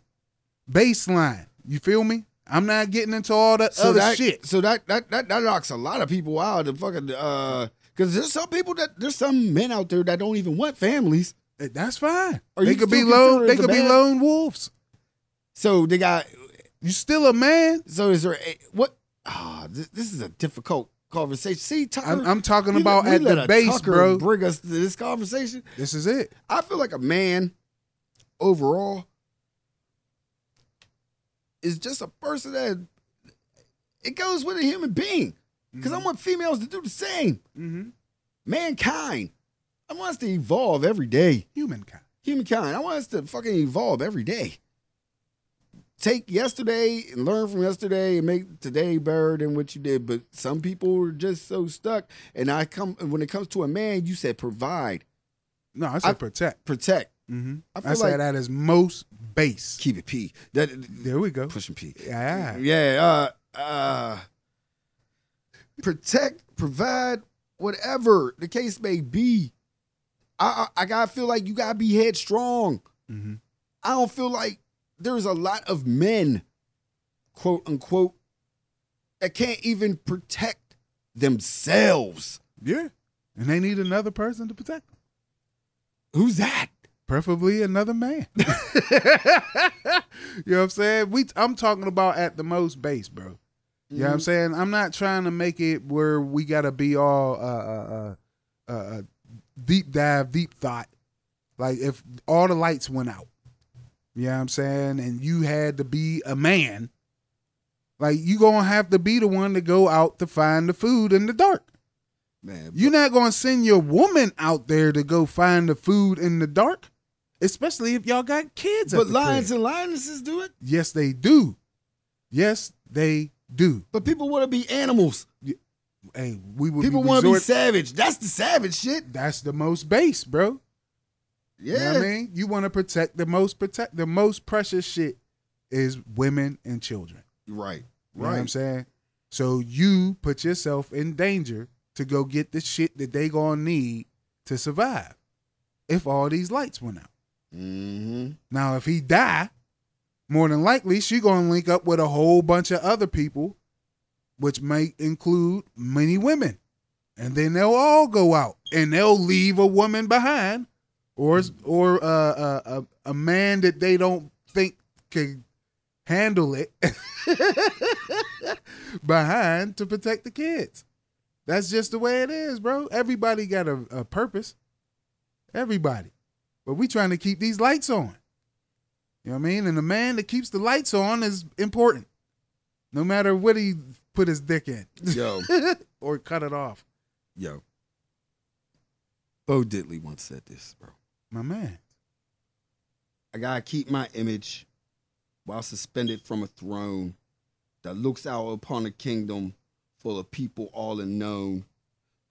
Speaker 1: Baseline. You feel me? I'm not getting into all that other
Speaker 2: that,
Speaker 1: shit.
Speaker 2: So that, that that that knocks a lot of people out. And fucking uh, because there's some people that there's some men out there that don't even want families.
Speaker 1: That's fine.
Speaker 2: Are
Speaker 1: they
Speaker 2: you
Speaker 1: could be
Speaker 2: still
Speaker 1: lone
Speaker 2: considered
Speaker 1: they
Speaker 2: the
Speaker 1: could be
Speaker 2: man?
Speaker 1: lone wolves.
Speaker 2: So they got.
Speaker 1: You still a man.
Speaker 2: So is there a, what? Ah, this, this is a difficult conversation. See, Tucker,
Speaker 1: I'm, I'm talking
Speaker 2: we-
Speaker 1: about
Speaker 2: we
Speaker 1: at
Speaker 2: let
Speaker 1: the
Speaker 2: a
Speaker 1: base,
Speaker 2: Tucker
Speaker 1: bro.
Speaker 2: Bring us to this conversation.
Speaker 1: This is it.
Speaker 2: I feel like a man overall is just a person that it goes with a human being. Because
Speaker 1: Mm-hmm.
Speaker 2: I want females to do the same.
Speaker 1: Mhm.
Speaker 2: Mankind. I want us to evolve every day.
Speaker 1: Humankind.
Speaker 2: Humankind. I want us to fucking evolve every day. Take yesterday and learn from yesterday and make today better than what you did. But some people are just so stuck. And I come when it comes to a man, you said provide,
Speaker 1: No, I said
Speaker 2: I-
Speaker 1: protect.
Speaker 2: protect.
Speaker 1: hmm
Speaker 2: I feel
Speaker 1: I said
Speaker 2: like
Speaker 1: that is most base.
Speaker 2: keep it P. That
Speaker 1: There we go.
Speaker 2: pushing P.
Speaker 1: Yeah.
Speaker 2: Yeah, uh, uh, protect, provide, whatever the case may be. I, I I gotta feel like you gotta be headstrong.
Speaker 1: Mhm.
Speaker 2: I don't feel like there's a lot of men, quote unquote, that can't even protect themselves.
Speaker 1: Yeah. And they need another person to protect them.
Speaker 2: Who's that?
Speaker 1: Preferably another man. you know what I'm saying? We I'm talking about at the most base, bro. You
Speaker 2: Mm-hmm.
Speaker 1: know what I'm saying? I'm not trying to make it where we gotta be all uh, uh, uh, uh, uh, deep dive, deep thought. Like if all the lights went out, you know what I'm saying, and you had to be a man, like you gonna have to be the one to go out to find the food in the dark.
Speaker 2: Mm, man,
Speaker 1: You're not gonna send your woman out there to go find the food in the dark, especially if y'all got kids. at
Speaker 2: but
Speaker 1: the
Speaker 2: lions
Speaker 1: crib.
Speaker 2: and lionesses do it.
Speaker 1: yes, they do. Yes, they do.
Speaker 2: But people want to be animals.
Speaker 1: Hey, we would
Speaker 2: People
Speaker 1: be
Speaker 2: want to be
Speaker 1: resort-
Speaker 2: savage. That's the savage shit.
Speaker 1: that's the most base, bro. You know
Speaker 2: Yeah,
Speaker 1: what I mean? You want to protect the most protect the most precious shit is women and children.
Speaker 2: right,
Speaker 1: You know what I'm
Speaker 2: right.
Speaker 1: saying? So you put yourself in danger to go get the shit that they gonna need to survive. If all these lights went out.
Speaker 2: Mm-hmm.
Speaker 1: Now if he die, more than likely she gonna link up with a whole bunch of other people, which may include many women. And then they'll all go out and they'll leave a woman behind or or uh, uh, a, a man that they don't think can handle it behind to protect the kids. That's just the way it is, bro. Everybody got a, a purpose. Everybody. But we trying to keep these lights on. You know what I mean? And the man that keeps the lights on is important. No matter what he put his dick in
Speaker 2: Mm-hmm. Yo,
Speaker 1: or cut it off.
Speaker 2: yo. Bo Diddley once said this, bro.
Speaker 1: My man.
Speaker 2: I gotta keep my image while suspended from a throne that looks out upon a kingdom full of people all unknown,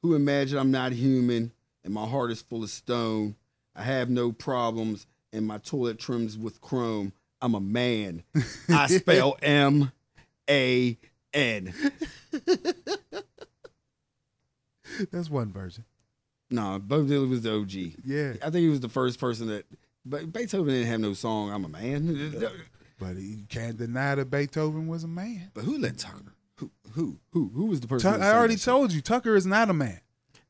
Speaker 2: who imagine I'm not human and my heart is full of stone. I have no problems and my toilet trims with chrome. I'm a man. I spell M A N.
Speaker 1: That's one version.
Speaker 2: Nah, Bo Diddley was the OG.
Speaker 1: Yeah.
Speaker 2: I think he was the first person that. But Beethoven didn't have no song. I'm a man.
Speaker 1: But you can't deny that Beethoven was a man.
Speaker 2: But who let Tucker? Who who who who was the person?
Speaker 1: Tuck-
Speaker 2: that
Speaker 1: I
Speaker 2: sang
Speaker 1: already
Speaker 2: that shit?
Speaker 1: told you, Tucker is not a man.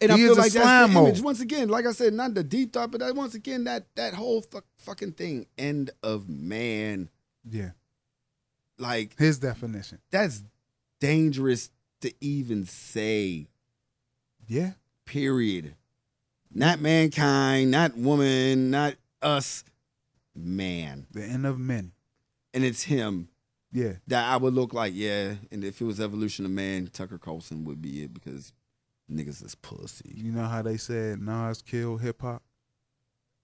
Speaker 2: And I
Speaker 1: he
Speaker 2: feel
Speaker 1: is a
Speaker 2: like that's
Speaker 1: slime
Speaker 2: the
Speaker 1: mold.
Speaker 2: image once again. Like I said, not the deep thought, but that once again that that whole fuck, fucking thing. End of man.
Speaker 1: Yeah.
Speaker 2: Like
Speaker 1: His definition.
Speaker 2: that's dangerous to even say.
Speaker 1: Yeah.
Speaker 2: Period. Not mankind. Not woman. Not us. Man.
Speaker 1: The end of men.
Speaker 2: And it's him
Speaker 1: Yeah.
Speaker 2: that I would look like. Yeah. And if it was evolution of man, Tucker Carlson would be it because niggas is pussy.
Speaker 1: You know how they said Nas killed hip hop?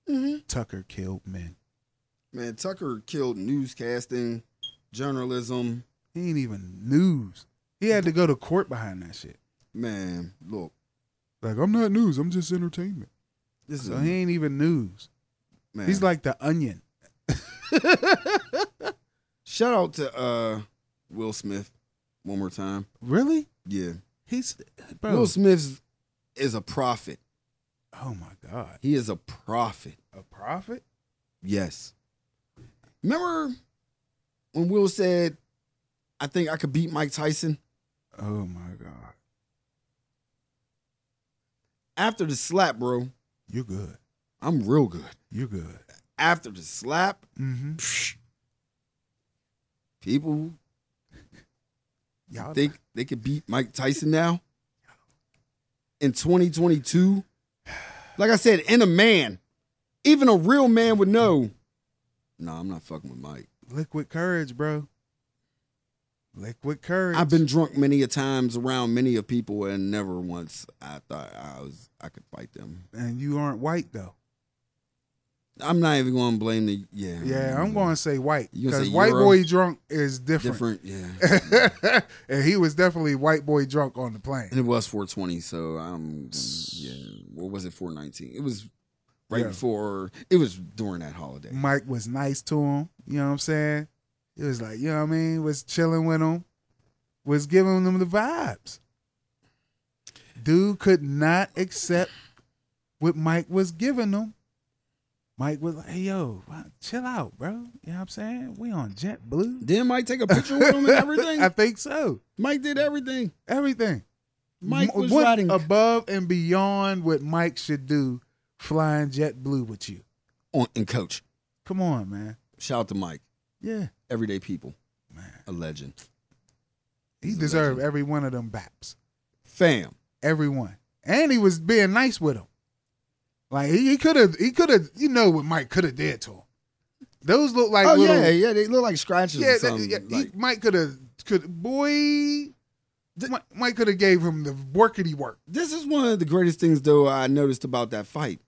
Speaker 2: Mm-hmm.
Speaker 1: Tucker killed men.
Speaker 2: Man, Tucker killed newscasting, journalism.
Speaker 1: He ain't even news. He had to go to court behind that shit.
Speaker 2: Man, look,
Speaker 1: Like, I'm not news. I'm just entertainment.
Speaker 2: this is
Speaker 1: So
Speaker 2: a
Speaker 1: he ain't even news.
Speaker 2: man.
Speaker 1: He's like the onion.
Speaker 2: shout out to uh Will Smith one more time.
Speaker 1: Really?
Speaker 2: Yeah,
Speaker 1: He's, bro.
Speaker 2: Will Smith is a prophet.
Speaker 1: oh my God.
Speaker 2: He is a prophet.
Speaker 1: A prophet?
Speaker 2: Yes. Remember when Will said, "I think I could beat Mike Tyson"?
Speaker 1: Oh my God.
Speaker 2: After the slap, bro,
Speaker 1: You're good.
Speaker 2: I'm real good.
Speaker 1: You're good.
Speaker 2: After the slap,
Speaker 1: Mm-hmm.
Speaker 2: people
Speaker 1: Y'all
Speaker 2: think they could beat Mike Tyson now in 2022? Like I said, in a man, even a real man would know. No, I'm not fucking with Mike.
Speaker 1: liquid courage, bro. Liquid courage.
Speaker 2: I've been drunk many a times around many a people, and never once I thought I was I could fight them.
Speaker 1: and you aren't white though.
Speaker 2: I'm not even going to blame the yeah.
Speaker 1: Yeah, I'm going to say white
Speaker 2: Mm-hmm. You gonna
Speaker 1: because
Speaker 2: say
Speaker 1: white
Speaker 2: Euro?
Speaker 1: boy drunk is different.
Speaker 2: different. Yeah,
Speaker 1: and he was definitely white boy drunk on the plane.
Speaker 2: and it was 420, so I'm yeah. What was it 419? It was right
Speaker 1: Yeah.
Speaker 2: before. It was during that holiday.
Speaker 1: Mike was nice to him. You know what I'm saying? He was like, you know what I mean? Was chilling with him, was giving him the vibes. Dude could not accept what Mike was giving them. Mike was like, hey, yo, chill out, bro. You know what I'm saying? We on JetBlue.
Speaker 2: Then Mike take a picture with him and everything.
Speaker 1: I think so.
Speaker 2: Mike did everything.
Speaker 1: Everything.
Speaker 2: Mike
Speaker 1: M-
Speaker 2: was
Speaker 1: went
Speaker 2: riding
Speaker 1: above and beyond what Mike should do flying JetBlue with you.
Speaker 2: on and coach.
Speaker 1: Come on, man.
Speaker 2: Shout out to Mike.
Speaker 1: Yeah.
Speaker 2: Everyday people.
Speaker 1: Man.
Speaker 2: A legend.
Speaker 1: He
Speaker 2: He's a
Speaker 1: deserved
Speaker 2: legend.
Speaker 1: every one of them baps.
Speaker 2: Fam.
Speaker 1: Every one. And he was being nice with him. Like he could have he could have you know what Mike could have did to him. Those look like
Speaker 2: oh
Speaker 1: little
Speaker 2: yeah, yeah. They look like scratches
Speaker 1: Yeah,
Speaker 2: or
Speaker 1: that-
Speaker 2: something.
Speaker 1: yeah, he-
Speaker 2: like,
Speaker 1: Mike could have could boy. Mike, Mike could have gave him the workity work.
Speaker 2: this is one of the greatest things though I noticed about that fight.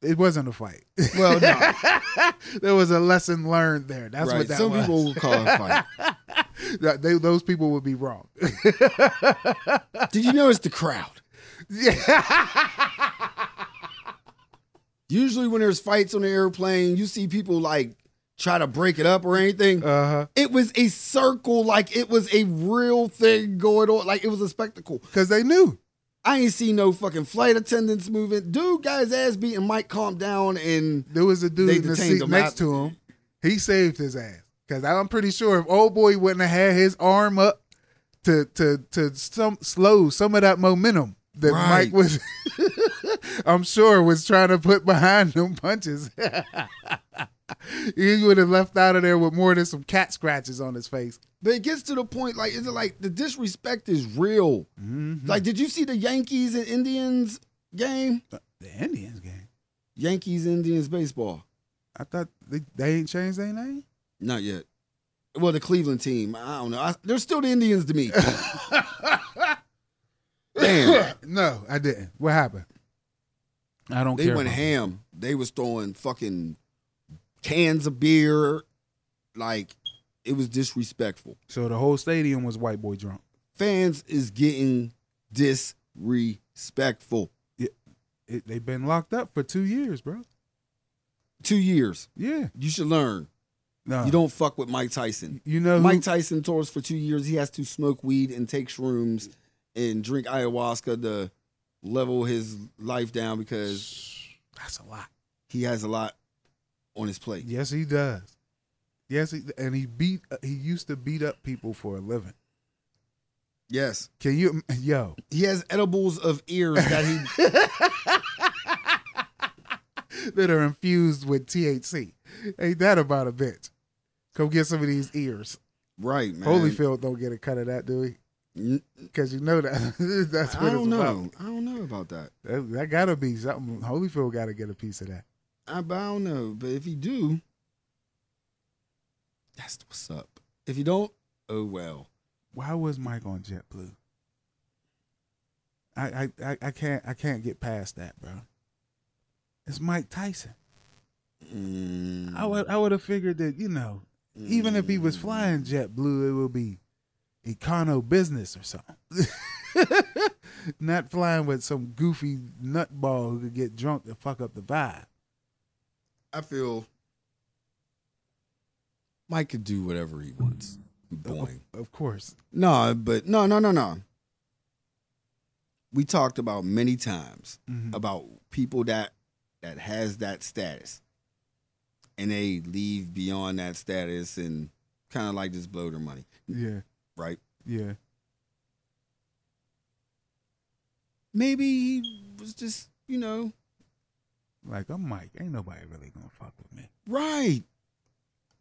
Speaker 1: It wasn't a fight.
Speaker 2: Well, no.
Speaker 1: there was a lesson learned there. That's
Speaker 2: right.
Speaker 1: what that
Speaker 2: Some
Speaker 1: was.
Speaker 2: people will call it a fight.
Speaker 1: That- they- those people would be wrong.
Speaker 2: Did you notice the crowd?
Speaker 1: yeah.
Speaker 2: Usually when there's fights on the airplane, you see people like try to break it up or anything.
Speaker 1: Uh-huh.
Speaker 2: It was a circle, like it was a real thing going on. Like it was a spectacle.
Speaker 1: Cause they knew.
Speaker 2: I ain't see no fucking flight attendants moving. Dude got his ass beat and Mike calmed down and
Speaker 1: There was a dude
Speaker 2: They
Speaker 1: in the
Speaker 2: detained
Speaker 1: seat
Speaker 2: him
Speaker 1: next
Speaker 2: out-
Speaker 1: to him. He saved his ass. Cause I'm pretty sure if old boy wouldn't have had his arm up to to to some slow some of that momentum that
Speaker 2: Right.
Speaker 1: Mike was I'm sure was trying to put behind them punches. he would have left out of there with more than some cat scratches on his face.
Speaker 2: but it gets to the point like is it like the disrespect is real.
Speaker 1: Mm-hmm.
Speaker 2: Like did you see the Yankees and Indians game?
Speaker 1: the Indians game.
Speaker 2: Yankees Indians baseball.
Speaker 1: I thought they, they ain't changed their name.
Speaker 2: Not yet. Well, the Cleveland team. I don't know. I, they're still the Indians to me. Damn.
Speaker 1: no, I didn't. What happened? I don't
Speaker 2: They
Speaker 1: care.
Speaker 2: went
Speaker 1: about
Speaker 2: ham. They was throwing fucking cans of beer. Like it was disrespectful.
Speaker 1: that. So the whole stadium was white boy drunk.
Speaker 2: Fans is getting disrespectful.
Speaker 1: It, they've been locked up for two years, bro.
Speaker 2: Two years.
Speaker 1: Yeah.
Speaker 2: You should learn.
Speaker 1: No.
Speaker 2: You don't fuck with Mike Tyson.
Speaker 1: You know who-
Speaker 2: Mike Tyson tours for two years. He has to smoke weed and take shrooms and drink ayahuasca to level his life down because
Speaker 1: That's a lot.
Speaker 2: he has a lot on his plate.
Speaker 1: Yes, he does. Yes, he, and he beat. uh, He used to beat up people for a living.
Speaker 2: Yes.
Speaker 1: Can you, yo?
Speaker 2: He has edibles of ears that he
Speaker 1: that are infused with THC. Ain't that about a bitch? Come get some of these ears.
Speaker 2: Right, man.
Speaker 1: Holyfield don't get a cut of that, do he?
Speaker 2: N-
Speaker 1: Because you know that that's what
Speaker 2: I don't
Speaker 1: it's
Speaker 2: know.
Speaker 1: about.
Speaker 2: I don't know about that.
Speaker 1: That, that gotta be something. Holyfield gotta get a piece of that.
Speaker 2: I, but I don't know. But if you do, that's what's up. If you don't, oh well.
Speaker 1: Why was Mike on JetBlue? I I I, I can't I can't get past that, bro. It's Mike Tyson.
Speaker 2: Mm,
Speaker 1: I would I would have figured that you know even if he was
Speaker 2: Mm.
Speaker 1: flying JetBlue, it would be econo business or something. Not flying with some goofy nutball who could get drunk to fuck up the vibe.
Speaker 2: I feel Mike could do whatever he wants. Boing.
Speaker 1: Of course.
Speaker 2: No, but no, no, no, no. We talked about many times
Speaker 1: Mhm.
Speaker 2: about people that that has that status and they leave beyond that status and kind of like just blow their money
Speaker 1: Yeah,
Speaker 2: right
Speaker 1: yeah.
Speaker 2: maybe he was just you know
Speaker 1: Like I'm Mike. Ain't nobody really gonna fuck with me.
Speaker 2: right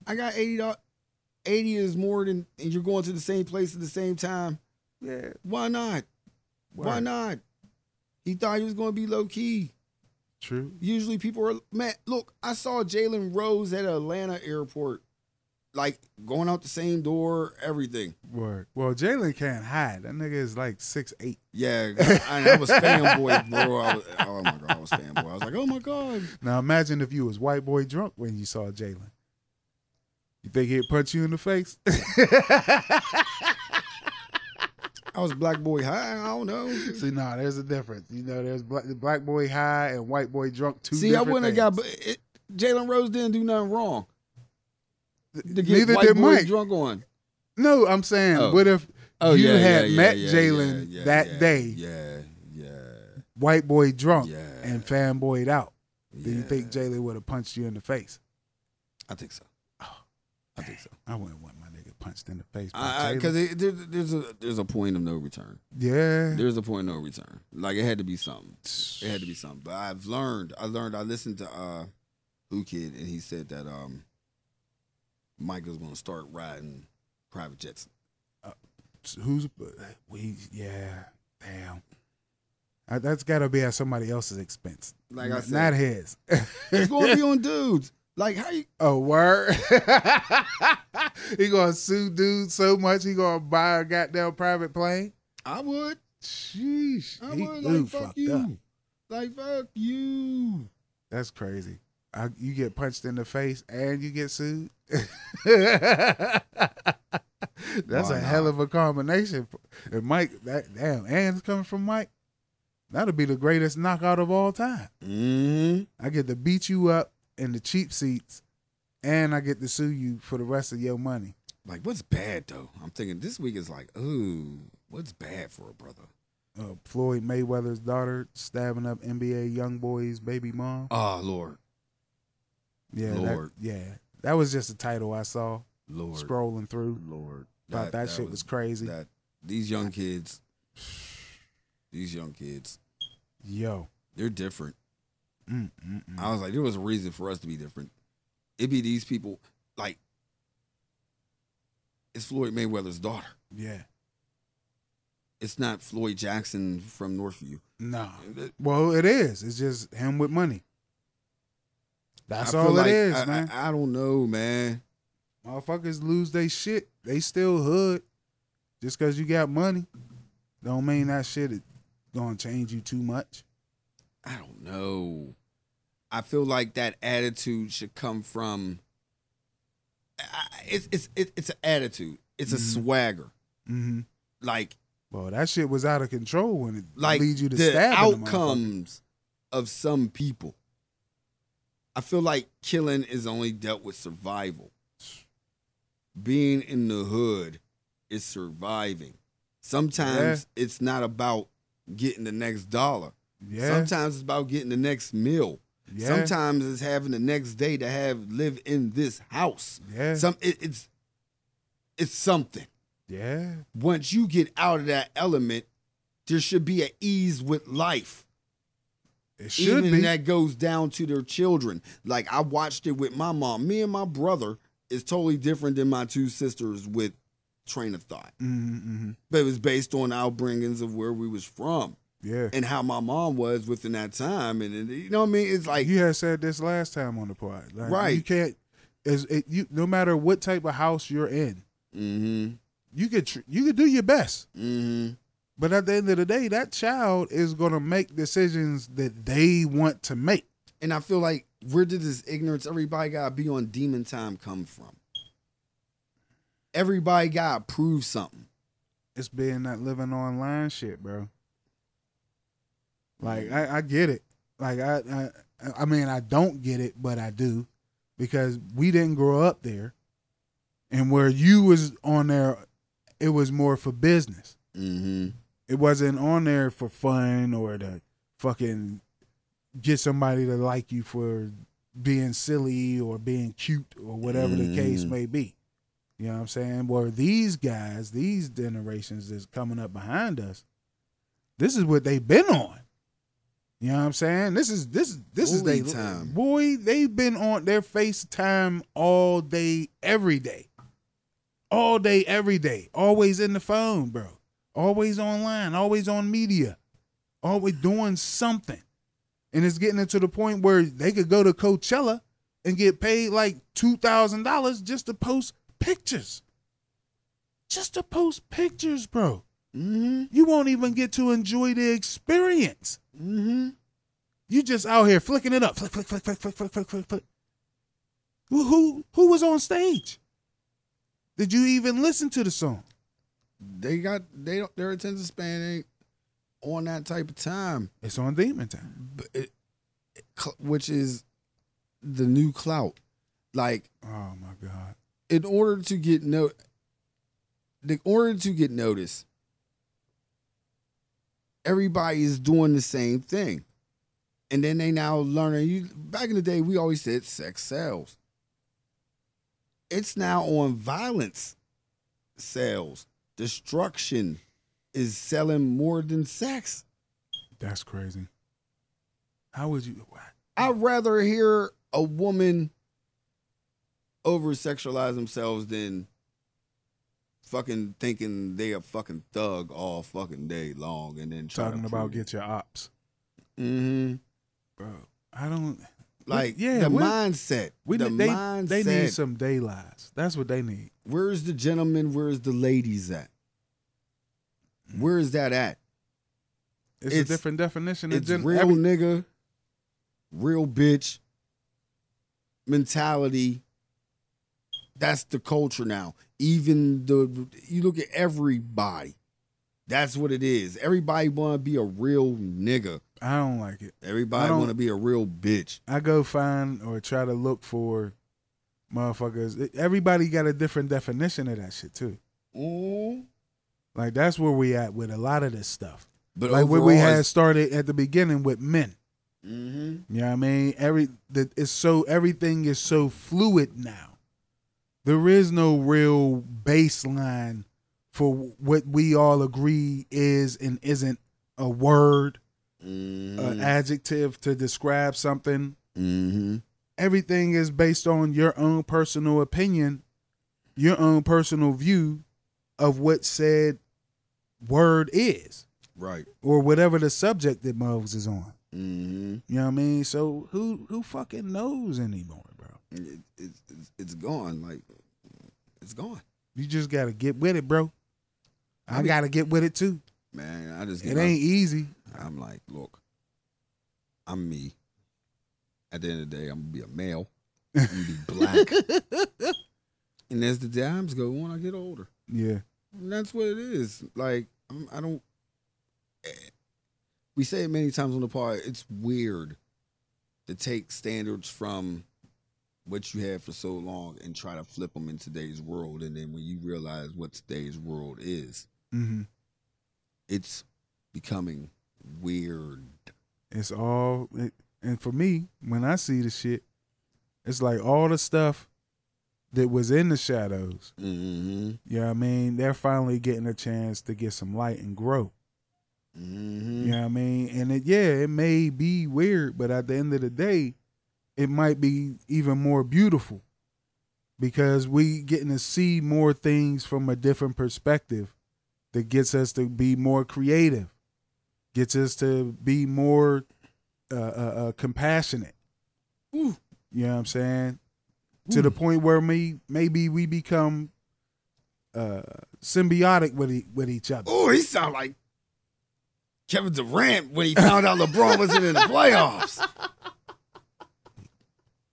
Speaker 2: i got 80 dollars 80 is more than and you're going to the same place at the same time
Speaker 1: Yeah.
Speaker 2: why not why
Speaker 1: Word.
Speaker 2: not he thought he was going to be low-key
Speaker 1: True.
Speaker 2: usually people are man look i saw jalen rose at atlanta airport like going out the same door everything
Speaker 1: Word. Well, Jalen can't hide. That nigga is like six eight.
Speaker 2: Yeah, I, I was fanboy, bro. I was, oh my god, I was fanboy. I was like, oh my god.
Speaker 1: Now imagine if you was white boy drunk when you saw Jalen. You think he'd punch you in the face?
Speaker 2: I was black boy high. I don't know.
Speaker 1: See, nah, there's a difference. You know, there's black, black boy high and white boy drunk. Two.
Speaker 2: See, I
Speaker 1: different
Speaker 2: wouldn't have
Speaker 1: things.
Speaker 2: got. But it, Jalen Rose didn't do nothing wrong. To get
Speaker 1: Neither
Speaker 2: white
Speaker 1: did
Speaker 2: boys
Speaker 1: Mike.
Speaker 2: Drunk on.
Speaker 1: No, I'm saying,
Speaker 2: Oh.
Speaker 1: what if
Speaker 2: Oh,
Speaker 1: you
Speaker 2: yeah,
Speaker 1: had
Speaker 2: yeah, yeah,
Speaker 1: met
Speaker 2: yeah,
Speaker 1: Jalen
Speaker 2: yeah, yeah,
Speaker 1: that
Speaker 2: yeah,
Speaker 1: day?
Speaker 2: Yeah, yeah.
Speaker 1: white boy drunk
Speaker 2: Yeah.
Speaker 1: and fanboyed out, then you
Speaker 2: Yeah.
Speaker 1: think Jalen would have punched you in the face.
Speaker 2: I think so. I think so.
Speaker 1: I wouldn't want my nigga punched in the face. by Jalen.
Speaker 2: Because there's there's a there's a point of no return.
Speaker 1: yeah,
Speaker 2: There's a point of no return. Like it had to be something. It had to be something. But I've learned. I learned. I listened to uh, Who Kid, and he said that um, Michael's gonna start riding private jets.
Speaker 1: who's we? Yeah, damn. Uh, That's got to be at somebody else's expense.
Speaker 2: Like I said,
Speaker 1: not his.
Speaker 2: it's gonna be on dudes. Like how you?
Speaker 1: A word. he gonna sue dude so much he gonna buy a goddamn private plane.
Speaker 2: I would.
Speaker 1: Sheesh.
Speaker 2: I
Speaker 1: he
Speaker 2: would.
Speaker 1: ooh,
Speaker 2: Like fuck
Speaker 1: fucked up.
Speaker 2: you. Like fuck you.
Speaker 1: That's crazy. I, you get punched in the face and you get sued. That's
Speaker 2: Why
Speaker 1: a
Speaker 2: not?
Speaker 1: hell of a combination. And Mike, that damn, and it's coming from Mike. That'll be the greatest knockout of all time.
Speaker 2: Mm-hmm.
Speaker 1: I get to beat you up in the cheap seats, and I get to sue you for the rest of your money.
Speaker 2: Like what's bad though? I'm thinking this week is like, ooh, what's bad for a brother?
Speaker 1: Uh, Floyd Mayweather's daughter stabbing up NBA young boy's baby mom.
Speaker 2: Oh Lord,
Speaker 1: Yeah,
Speaker 2: Lord.
Speaker 1: That, yeah, that was just a title I saw
Speaker 2: Lord,
Speaker 1: scrolling through.
Speaker 2: Lord.
Speaker 1: Thought that, shit was, crazy.
Speaker 2: That these young kids, these young kids,
Speaker 1: Yo,
Speaker 2: they're different.
Speaker 1: Mm, mm, mm.
Speaker 2: I was like, there was a reason for us to be different. It'd be these people, like, it's Floyd Mayweather's daughter.
Speaker 1: yeah,
Speaker 2: It's not Floyd Jackson from Northview.
Speaker 1: no. Well, it is. It's just him with money. That's
Speaker 2: I feel
Speaker 1: all
Speaker 2: like-
Speaker 1: it is,
Speaker 2: I- I-
Speaker 1: man.
Speaker 2: I don't know, man.
Speaker 1: Motherfuckers lose they shit. They still hood. Just because you got money, don't mean that shit is gonna change you too much.
Speaker 2: I don't know. I feel like that attitude should come from. I- I- It's it's it- it's an attitude. It's a
Speaker 1: Mhm.
Speaker 2: swagger.
Speaker 1: Mm-hmm.
Speaker 2: Like
Speaker 1: Well, that shit was out of control when it
Speaker 2: like
Speaker 1: leads you to
Speaker 2: the
Speaker 1: stabbing a motherfucker.
Speaker 2: outcomes of some people. I feel like killing is only dealt with survival. Being in the hood is surviving. Sometimes it's not about getting the next dollar.
Speaker 1: Yeah,
Speaker 2: Sometimes it's about getting the next meal.
Speaker 1: yeah,
Speaker 2: Sometimes it's having the next day to have live in this house.
Speaker 1: yeah,
Speaker 2: Some it, it's it's something.
Speaker 1: yeah.
Speaker 2: Once you get out of that element, there should be an ease with life.
Speaker 1: It should
Speaker 2: Even
Speaker 1: be.
Speaker 2: that goes down to their children. Like I watched it with my mom. Me and my brother is totally different than my two sisters with train of thought.
Speaker 1: mm-hmm.
Speaker 2: But it was based on outbringings of where we was from
Speaker 1: Yeah,
Speaker 2: and how my mom was within that time. And, and you know what I mean? It's like
Speaker 1: you had said this last time on the pod. Like,
Speaker 2: Right.
Speaker 1: You can't. Is it you? No matter what type of house you're in,
Speaker 2: mm-hmm.
Speaker 1: you could tr- you could do your best.
Speaker 2: Mm-hmm.
Speaker 1: But at the end of the day, that child is gonna make decisions that they want to make.
Speaker 2: And I feel like where did this ignorance everybody gotta be on demon time come from? Everybody gotta prove something.
Speaker 1: It's being that living online shit, bro. Like I, I get it. Like I, I, I mean, I don't get it, but I do, because we didn't grow up there, and where you was on there, it was more for business.
Speaker 2: Mm-hmm.
Speaker 1: It wasn't on there for fun or to fucking get somebody to like you for being silly or being cute or whatever the case
Speaker 2: Mm.
Speaker 1: may be. You know what I'm saying? Where these guys, these generations that's coming up behind us, this is what they've been on. You know what I'm saying? This is this this is
Speaker 2: Bully
Speaker 1: they
Speaker 2: time.
Speaker 1: boy. They've been on their FaceTime all day, every day, all day, every day. Always in the phone, bro. Always online. Always on media. Always doing something. And it's getting it to the point where they could go to Coachella and get paid like two thousand dollars just to post pictures. Just to post pictures, bro.
Speaker 2: Mm-hmm.
Speaker 1: You won't even get to enjoy the experience.
Speaker 2: Mm-hmm.
Speaker 1: You just out here flicking it up. Flick, flick, flick, flick, flick, flick, flick, flick, flick. Who, who, who was on stage? Did you even listen to the song?
Speaker 2: They got they don't their attention span ain't on that type of time.
Speaker 1: It's on Demon Time.
Speaker 2: But it, it- cl- which is the new clout. Like
Speaker 1: Oh my God.
Speaker 2: in order to get no in order to get noticed everybody is doing the same thing. And then they now learning you back in the day we always said sex sells. It's now on violence sells. Destruction is selling more than sex.
Speaker 1: That's crazy. How would you?
Speaker 2: I'd rather hear a woman over sexualize themselves than fucking thinking they a fucking thug all fucking day long and then try
Speaker 1: Talking
Speaker 2: to
Speaker 1: about
Speaker 2: prove
Speaker 1: get your ops,
Speaker 2: it. Mhm.
Speaker 1: bro. I don't.
Speaker 2: like
Speaker 1: yeah,
Speaker 2: the
Speaker 1: we-
Speaker 2: mindset
Speaker 1: We
Speaker 2: the
Speaker 1: need they
Speaker 2: mindset
Speaker 1: they need some daylights. That's what they need.
Speaker 2: where's the gentleman where's the ladies at where is that at
Speaker 1: It's,
Speaker 2: It's-
Speaker 1: a different definition. of
Speaker 2: it's
Speaker 1: gen-
Speaker 2: real
Speaker 1: every-
Speaker 2: nigga, real bitch mentality. That's the culture now. Even the you look at everybody. That's what it is. Everybody want to be a real nigga.
Speaker 1: I don't like it. I
Speaker 2: Everybody
Speaker 1: don't-
Speaker 2: want to be a real bitch.
Speaker 1: I go find or try to look for motherfuckers. Everybody got a different definition of that shit too. Mm-hmm.
Speaker 2: Mm.
Speaker 1: Like that's where we at with a lot of this stuff.
Speaker 2: But
Speaker 1: Like where
Speaker 2: overall,
Speaker 1: we had started at the beginning with men.
Speaker 2: hmm
Speaker 1: You know what I mean? Every that it's so everything is so fluid now. There is no real baseline for what we all agree is and isn't a word,
Speaker 2: Mm-hmm. Mm.
Speaker 1: an adjective to describe something.
Speaker 2: hmm
Speaker 1: Everything is based on your own personal opinion, your own personal view of what said word is
Speaker 2: right.
Speaker 1: or whatever the subject that Moses is on.
Speaker 2: hmm
Speaker 1: You know what I mean? So who who fucking knows anymore, bro?
Speaker 2: It, it, it's, it's gone. Like it's gone,
Speaker 1: You just gotta get with it, bro. I,
Speaker 2: I be-
Speaker 1: gotta get with it too.
Speaker 2: man. I just
Speaker 1: It
Speaker 2: get my-
Speaker 1: ain't easy.
Speaker 2: I'm like, look, I'm me. At the end of the day, I'm gonna be a male. I'm gonna be black. and as the times go on, I get older.
Speaker 1: Yeah,
Speaker 2: And that's what it is. Like I'm, I don't. eh, We say it many times on the pod. It's weird to take standards from what you had for so long and try to flip them in today's world. And then when you realize what today's world is,
Speaker 1: hmm
Speaker 2: it's becoming weird.
Speaker 1: it's all. It, and for me, when I see the shit, it's like all the stuff that was in the shadows.
Speaker 2: Mm-hmm.
Speaker 1: You know what I mean? They're finally getting a chance to get some light and grow.
Speaker 2: Mm-hmm.
Speaker 1: You know what I mean? And it, yeah, it may be weird, but at the end of the day, it might be even more beautiful because we getting to see more things from a different perspective that gets us to be more creative, gets us to be more uh, uh, uh, compassionate.
Speaker 2: Ooh.
Speaker 1: You know what I'm saying? To the point where me maybe we become uh, symbiotic with e- with each other.
Speaker 2: Oh, he sound like Kevin Durant when he found out LeBron wasn't in the playoffs.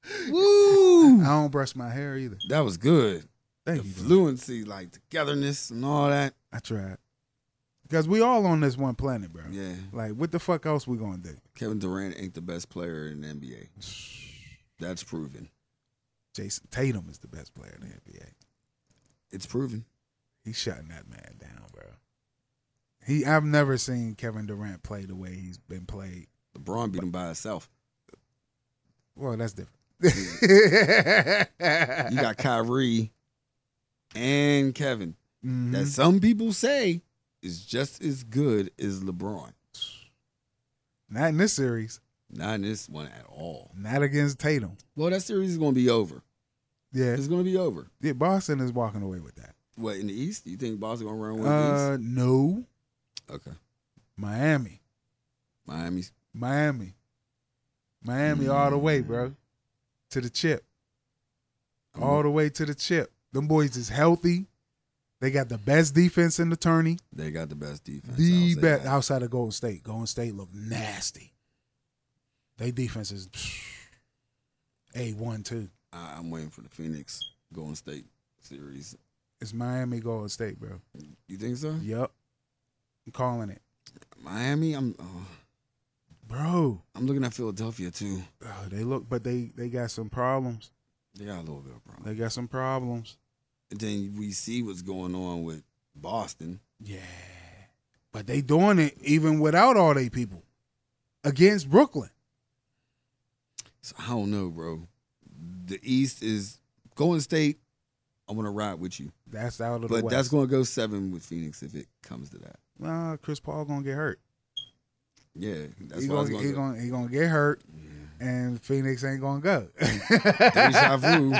Speaker 1: I
Speaker 2: Woo!
Speaker 1: don't brush my hair either.
Speaker 2: That was good. The
Speaker 1: Thank you. bro.
Speaker 2: fluency, like togetherness and all that.
Speaker 1: I tried. Because we all on this one planet, bro.
Speaker 2: Yeah,
Speaker 1: Like, what the fuck else we gonna do?
Speaker 2: Kevin Durant ain't the best player in the NBA. That's proven.
Speaker 1: Jason Tatum is the best player in the NBA.
Speaker 2: It's proven.
Speaker 1: He's shutting that man down, bro. He, I've never seen Kevin Durant play the way he's been played.
Speaker 2: LeBron beat him by himself.
Speaker 1: Well, that's different.
Speaker 2: You got Kyrie and Kevin.
Speaker 1: Mhm.
Speaker 2: That some people say is just as good as LeBron.
Speaker 1: not in this series.
Speaker 2: Not in this one at all.
Speaker 1: Not against Tatum.
Speaker 2: Well, that series is going to be over.
Speaker 1: Yeah,
Speaker 2: It's going to be over.
Speaker 1: yeah. Boston is walking away with that.
Speaker 2: What in the East? You think Boston gonna run away with
Speaker 1: Uh, no,
Speaker 2: the East? Okay,
Speaker 1: Miami,
Speaker 2: Miami's.
Speaker 1: Miami, Miami, all the way, bro, to the chip.
Speaker 2: I'm-
Speaker 1: all the way to the chip. Them boys is healthy. They got the best defense in the tourney.
Speaker 2: they got the best defense. I'll
Speaker 1: The
Speaker 2: say
Speaker 1: best
Speaker 2: that.
Speaker 1: outside of Golden State. Golden State look nasty. They defense is a one two.
Speaker 2: I, I'm waiting for the Phoenix Golden State series.
Speaker 1: It's Miami Golden State, bro.
Speaker 2: You think so?
Speaker 1: Yep, I'm calling it,
Speaker 2: Miami. I'm. Oh,
Speaker 1: bro.
Speaker 2: I'm looking at Philadelphia too.
Speaker 1: Oh, they look, but they they got some problems.
Speaker 2: They got a little bit of problem.
Speaker 1: They got some problems.
Speaker 2: and then we see what's going on with Boston.
Speaker 1: Yeah, But they doing it even without all they people against Brooklyn.
Speaker 2: So I don't know, bro. The East is Golden State. I want to ride with you,
Speaker 1: That's out of the
Speaker 2: but
Speaker 1: way.
Speaker 2: that's going to go seven with Phoenix if it comes to that.
Speaker 1: nah, Chris Paul gonna get hurt.
Speaker 2: Yeah, that's
Speaker 1: he
Speaker 2: what I was
Speaker 1: gonna,
Speaker 2: going
Speaker 1: he
Speaker 2: to go.
Speaker 1: gonna he gonna get hurt, and Phoenix ain't gonna go.
Speaker 2: Deja vu.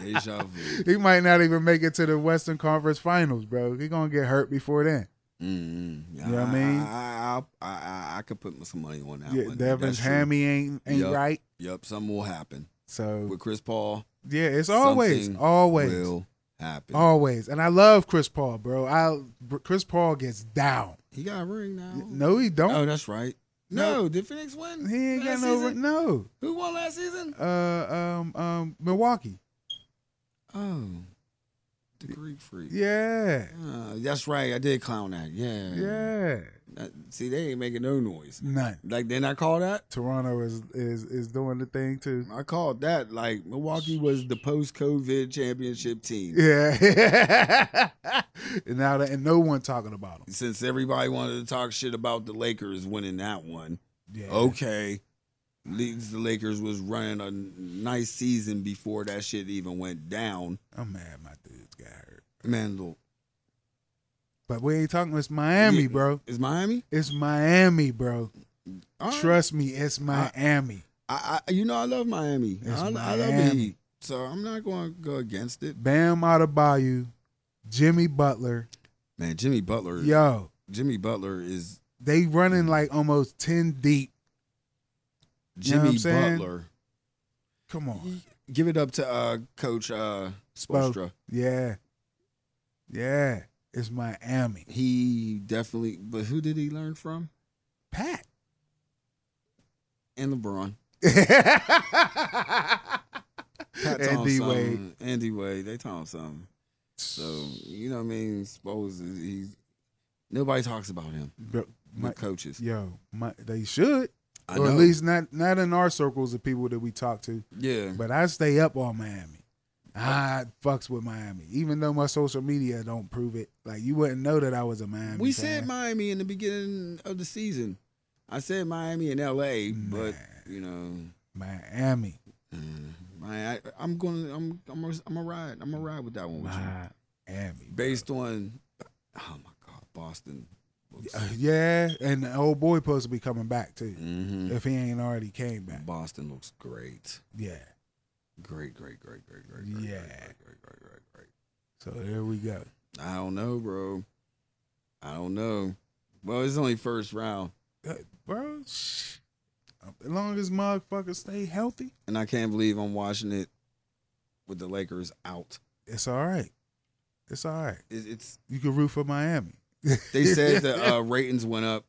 Speaker 2: Deja vu.
Speaker 1: he might not even make it to the Western Conference Finals, bro. He gonna get hurt before then.
Speaker 2: mm You
Speaker 1: know what I mean?
Speaker 2: I, I, I, I, I could put some money on that
Speaker 1: yeah,
Speaker 2: one.
Speaker 1: Devin's
Speaker 2: That's true.
Speaker 1: hammy ain't ain't
Speaker 2: Yup.
Speaker 1: right.
Speaker 2: Yep, something will happen
Speaker 1: So
Speaker 2: with Chris Paul.
Speaker 1: yeah, it's always
Speaker 2: something
Speaker 1: always Oh.
Speaker 2: will happen.
Speaker 1: always. And I love Chris Paul, bro. I br- Chris Paul gets down.
Speaker 2: He got a ring now.
Speaker 1: No, he
Speaker 2: Oh,
Speaker 1: don't.
Speaker 2: that's right.
Speaker 1: No.
Speaker 2: No, did Phoenix win?
Speaker 1: he ain't got
Speaker 2: last
Speaker 1: no
Speaker 2: season?
Speaker 1: no.
Speaker 2: Who won last season?
Speaker 1: Uh, um, um, Milwaukee.
Speaker 2: Oh, the Greek Freak.
Speaker 1: Yeah,
Speaker 2: Uh, that's right. I did clown that. Yeah.
Speaker 1: yeah.
Speaker 2: Uh, see, they ain't making no noise.
Speaker 1: None.
Speaker 2: Like, didn't I call that?
Speaker 1: Toronto is is is doing the thing too.
Speaker 2: I called that. Like, Milwaukee was the post COVID championship team.
Speaker 1: Yeah. and now that and no one talking about him.
Speaker 2: Since everybody wanted to talk shit about the Lakers winning that one,
Speaker 1: Yeah.
Speaker 2: okay. Leaves the Lakers was running a nice season before that shit even went down.
Speaker 1: I'm mad my dudes got hurt.
Speaker 2: Mandel
Speaker 1: But we ain't talking it's Miami,
Speaker 2: Yeah.
Speaker 1: bro.
Speaker 2: is Miami.
Speaker 1: It's Miami, bro.
Speaker 2: All right.
Speaker 1: Trust me, it's Miami.
Speaker 2: I, I you know I love Miami.
Speaker 1: It's
Speaker 2: I, I love the
Speaker 1: Miami.
Speaker 2: Heat, so I'm not going to go against it.
Speaker 1: Bam Adebayo, Jimmy Butler.
Speaker 2: Man, Jimmy Butler.
Speaker 1: Yo,
Speaker 2: Jimmy Butler is
Speaker 1: they
Speaker 2: Mm.
Speaker 1: running like almost 10 deep. You know what
Speaker 2: Jimmy
Speaker 1: I'm saying?
Speaker 2: Butler.
Speaker 1: Come on.
Speaker 2: Give it up to uh, Coach uh,
Speaker 1: Spo.
Speaker 2: Spoelstra.
Speaker 1: Yeah. Yeah. It's Miami.
Speaker 2: He definitely. But who did he learn from?
Speaker 1: Pat.
Speaker 2: And LeBron. Pat
Speaker 1: and D Wade.
Speaker 2: Wade. Andy Wade. They taught him something. So you know what I mean. Spose is he's nobody talks about him.
Speaker 1: Bro,
Speaker 2: with
Speaker 1: my-
Speaker 2: coaches.
Speaker 1: yo, my, they should.
Speaker 2: I
Speaker 1: or
Speaker 2: know.
Speaker 1: at least not not in our circles of people that we talk to.
Speaker 2: yeah.
Speaker 1: But I stay up on Miami. I fucks with Miami, even though my social media don't prove it. Like you wouldn't know that I was a Miami.
Speaker 2: We
Speaker 1: fan.
Speaker 2: said Miami in the beginning of the season. I said Miami and L.A., but
Speaker 1: Nah.
Speaker 2: you know,
Speaker 1: Miami.
Speaker 2: mm, my, I, I'm going. to I'm. I'm. gonna- I'm a ride. I'm a ride with that one with you.
Speaker 1: Miami. bro.
Speaker 2: Based on, oh my God, Boston.
Speaker 1: Uh, yeah, and the old boy supposed to be coming back too,
Speaker 2: hmm
Speaker 1: if he ain't already came back.
Speaker 2: Boston looks great.
Speaker 1: Yeah.
Speaker 2: Great, great, great, great, great, great,
Speaker 1: Yeah.
Speaker 2: great, great, great, great, great, great.
Speaker 1: So there we go.
Speaker 2: I don't know, bro. I don't know. Well, it's only first round,
Speaker 1: Bro, shh. as long as motherfuckers stay healthy,
Speaker 2: and I can't believe I'm watching it with the Lakers out.
Speaker 1: it's all right. It's all right.
Speaker 2: It, it's
Speaker 1: You can root for Miami
Speaker 2: they said the uh, ratings went up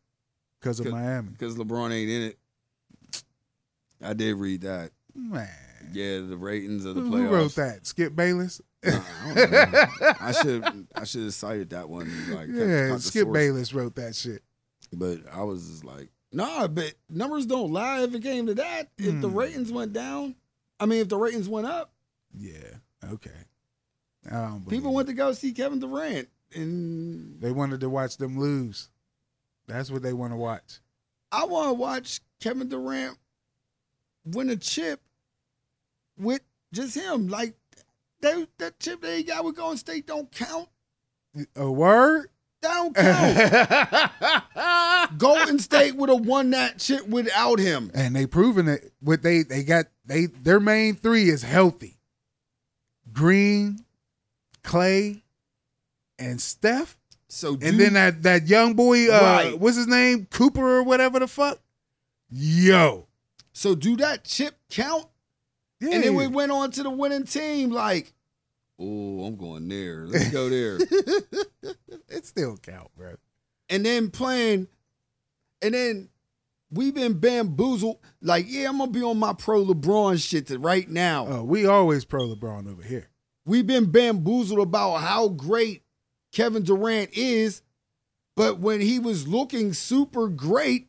Speaker 1: because of
Speaker 2: Good.
Speaker 1: Miami.
Speaker 2: because LeBron ain't in it. I did read that.
Speaker 1: Man.
Speaker 2: Yeah, the ratings of the
Speaker 1: Who-
Speaker 2: playoffs.
Speaker 1: Who wrote that? Skip Bayless?
Speaker 2: Nah, I, don't know. I should I should have cited that one. Like, cut-
Speaker 1: yeah,
Speaker 2: cut the
Speaker 1: Skip
Speaker 2: source.
Speaker 1: Bayless wrote that shit.
Speaker 2: But I was just like, nah, but numbers don't lie. If it came to that, if the
Speaker 1: Hmm.
Speaker 2: ratings went down, I mean, if the ratings went up,
Speaker 1: Yeah. Okay. I don't believe
Speaker 2: people
Speaker 1: it.
Speaker 2: went to go see Kevin Durant, and
Speaker 1: They wanted to watch them lose. That's what they want to watch.
Speaker 2: I want to watch Kevin Durant win a chip with just him. Like that, that chip that he got with Golden State don't count.
Speaker 1: A word?
Speaker 2: That don't count.
Speaker 1: and
Speaker 2: Golden State would have won that shit without him.
Speaker 1: they proven it. What they they got they their main three is healthy. Green, Clay, and Steph.
Speaker 2: So
Speaker 1: And then that that young boy, uh,
Speaker 2: Right.
Speaker 1: what's his name, Cooper or whatever the fuck. Yo,
Speaker 2: so do that chip count?
Speaker 1: yeah.
Speaker 2: And then we went on to the winning team. Like, oh, I'm going there. Let's go there.
Speaker 1: it still count, bro.
Speaker 2: and then playing, and then we've been bamboozled. Like, yeah, I'm gonna be on my pro LeBron shit to right now.
Speaker 1: Uh, we always pro LeBron over here.
Speaker 2: We've been bamboozled about how great Kevin Durant is, but when he was looking super great,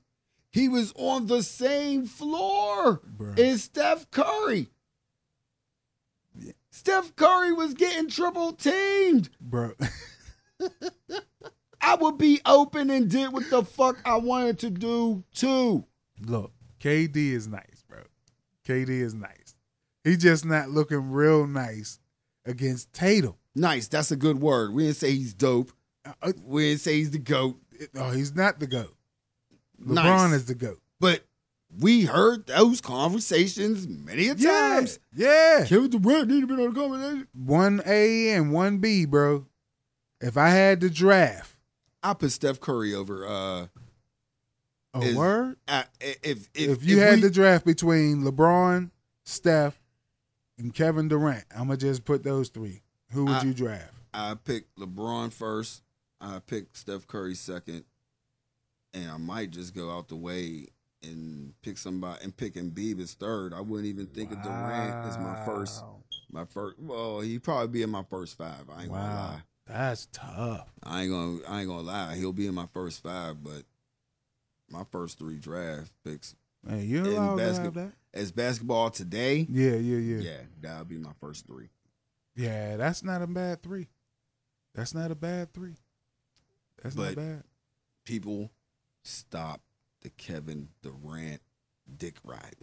Speaker 2: he was on the same floor.
Speaker 1: Bro.
Speaker 2: is Steph Curry.
Speaker 1: Yeah.
Speaker 2: Steph Curry was getting triple teamed.
Speaker 1: bro.
Speaker 2: I would be open and did what the fuck I wanted to do too.
Speaker 1: Look, KD is nice, bro. KD is nice. He just not looking real nice against Tatum.
Speaker 2: Nice. That's a good word. We didn't say he's dope.
Speaker 1: Uh, uh,
Speaker 2: We didn't say he's the goat.
Speaker 1: oh, he's not the goat. LeBron
Speaker 2: Nice.
Speaker 1: is the goat.
Speaker 2: But we heard those conversations many a times.
Speaker 1: Yeah.
Speaker 2: Kevin Durant need to be on the conversation.
Speaker 1: One A and one B, bro. If I had to draft
Speaker 2: I put Steph Curry over. Uh,
Speaker 1: a
Speaker 2: Is-
Speaker 1: word,
Speaker 2: I, if, if
Speaker 1: if, you had
Speaker 2: we-
Speaker 1: to draft between LeBron, Steph, and Kevin Durant, I'm gonna just put those three. Who would
Speaker 2: I-
Speaker 1: you draft?
Speaker 2: I picked LeBron first. I picked Steph Curry second, and I might just go out the way and pick somebody and pick Embiid as third. I wouldn't even think of Durant as my first.
Speaker 1: Wow.
Speaker 2: My first. Well, he'd probably be in my first five. I ain't gonna
Speaker 1: Wow.
Speaker 2: lie.
Speaker 1: That's tough.
Speaker 2: I ain't gonna. I ain't gonna lie. He'll be in my first five, but my first three draft picks
Speaker 1: Man, you
Speaker 2: In
Speaker 1: allowed to have
Speaker 2: basket-
Speaker 1: that?
Speaker 2: as basketball today.
Speaker 1: Yeah, yeah, yeah,
Speaker 2: Yeah,
Speaker 1: yeah.
Speaker 2: that'll be my first three.
Speaker 1: that's not a bad three. That's not a bad three. That's not
Speaker 2: But-
Speaker 1: bad.
Speaker 2: People, stop the Kevin Durant dick ride.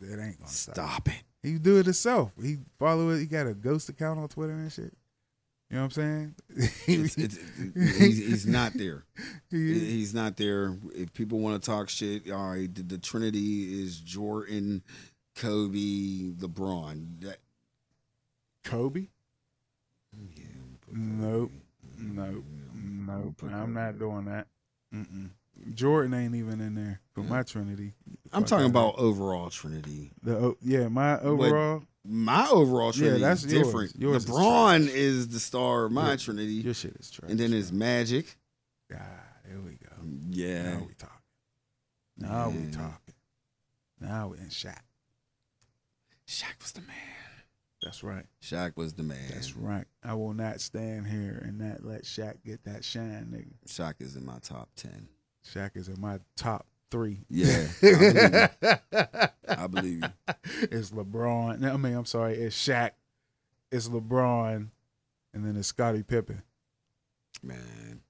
Speaker 1: It ain't gonna stop.
Speaker 2: Stop it.
Speaker 1: He do it himself. He follow it. He got a ghost account on Twitter and shit. You know what I'm saying?
Speaker 2: it's, it's, he's, he's not there.
Speaker 1: He-
Speaker 2: He's not there. If people want to talk shit, all right, the, the Trinity is Jordan, Kobe, LeBron. That,
Speaker 1: Kobe?
Speaker 2: yeah, Mm,
Speaker 1: Nope. Nope. Nope. I'm not doing that. Mm-mm. Jordan ain't even in there for my Trinity.
Speaker 2: I'm
Speaker 1: Fuck
Speaker 2: talking
Speaker 1: out.
Speaker 2: about overall Trinity.
Speaker 1: the o- yeah my overall.
Speaker 2: My overall Trinity
Speaker 1: that's
Speaker 2: is
Speaker 1: yours.
Speaker 2: different.
Speaker 1: Yours is
Speaker 2: LeBron is, the star of my
Speaker 1: Your-
Speaker 2: Trinity.
Speaker 1: Your shit is trash.
Speaker 2: and then there's Magic. Um,
Speaker 1: God, there we go.
Speaker 2: Yeah.
Speaker 1: Now we talking. Now we
Speaker 2: Yeah.
Speaker 1: talking. Now we in Shaq.
Speaker 2: Shaq was the man.
Speaker 1: That's right.
Speaker 2: Shaq was the man.
Speaker 1: That's right. I will not stand here and not let Shaq get that shine, nigga.
Speaker 2: Shaq is in my top 10.
Speaker 1: Shaq is in my top three.
Speaker 2: Yeah. I
Speaker 1: it's
Speaker 2: believe you. I believe you.
Speaker 1: LeBron. No, I mean, I'm sorry. It's Shaq. It's LeBron, and then it's Scottie Pippen
Speaker 2: Man,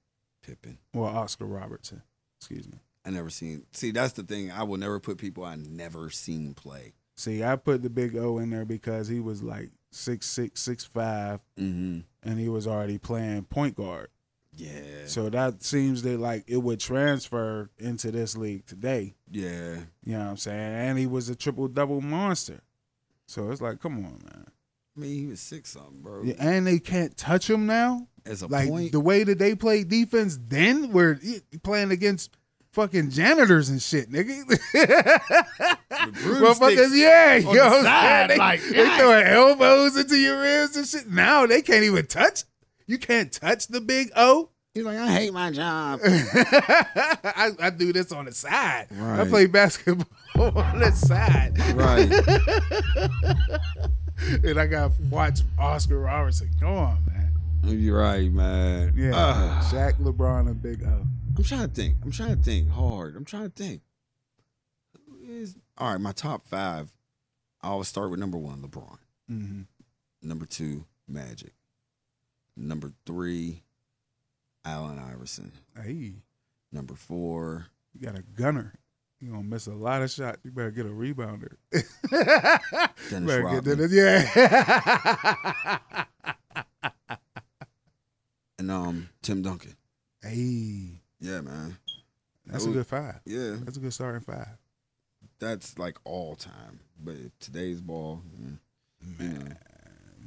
Speaker 2: Pippen.
Speaker 1: or Oscar Robertson. Excuse me.
Speaker 2: I never seen. See, that's the thing. I will never put people I never seen play.
Speaker 1: See, I put the big O in there because he was like six six six five,
Speaker 2: Mm-hmm.
Speaker 1: and he was already playing point guard.
Speaker 2: Yeah.
Speaker 1: So that seems that like it would transfer into this league today.
Speaker 2: yeah.
Speaker 1: You know what I'm saying? And he was a triple double monster. So it's like, come on, man.
Speaker 2: I mean, he was six something, bro.
Speaker 1: Yeah, and they can't touch him now.
Speaker 2: As a
Speaker 1: Like
Speaker 2: point,
Speaker 1: the way that they play defense then, where you- you playing against fucking janitors and shit, nigga.
Speaker 2: broomsticks
Speaker 1: Motherfuckers, yeah, you
Speaker 2: on
Speaker 1: know
Speaker 2: the
Speaker 1: what I'm saying?
Speaker 2: side,
Speaker 1: They,
Speaker 2: like,
Speaker 1: they
Speaker 2: God.
Speaker 1: throwing elbows into your ribs and shit. Now they can't even touch. You can't touch the big O.
Speaker 2: he's like, I hate my job.
Speaker 1: I, I do this on the side. I
Speaker 2: Right.
Speaker 1: play basketball on the side.
Speaker 2: right.
Speaker 1: and I got to watch Oscar Robertson. Come on, man.
Speaker 2: You're right, man.
Speaker 1: Yeah.
Speaker 2: Ah.
Speaker 1: Shaq, LeBron, and Big O.
Speaker 2: I'm trying to think. I'm trying to think hard. I'm trying to think. Who is all right? My top five. I always start with number one, LeBron.
Speaker 1: Mm-hmm.
Speaker 2: Number two, Magic. Number three, Allen Iverson.
Speaker 1: Hey,
Speaker 2: Number four,
Speaker 1: you got a gunner. You're going to miss a lot of shots. You better get a rebounder.
Speaker 2: Dennis
Speaker 1: Better get
Speaker 2: Rodman.
Speaker 1: Dennis- Yeah.
Speaker 2: and um Tim Duncan.
Speaker 1: hey,
Speaker 2: Yeah, man.
Speaker 1: that's a good five.
Speaker 2: Yeah,
Speaker 1: That's a good starting five.
Speaker 2: that's like all time. But today's ball, mm, you know,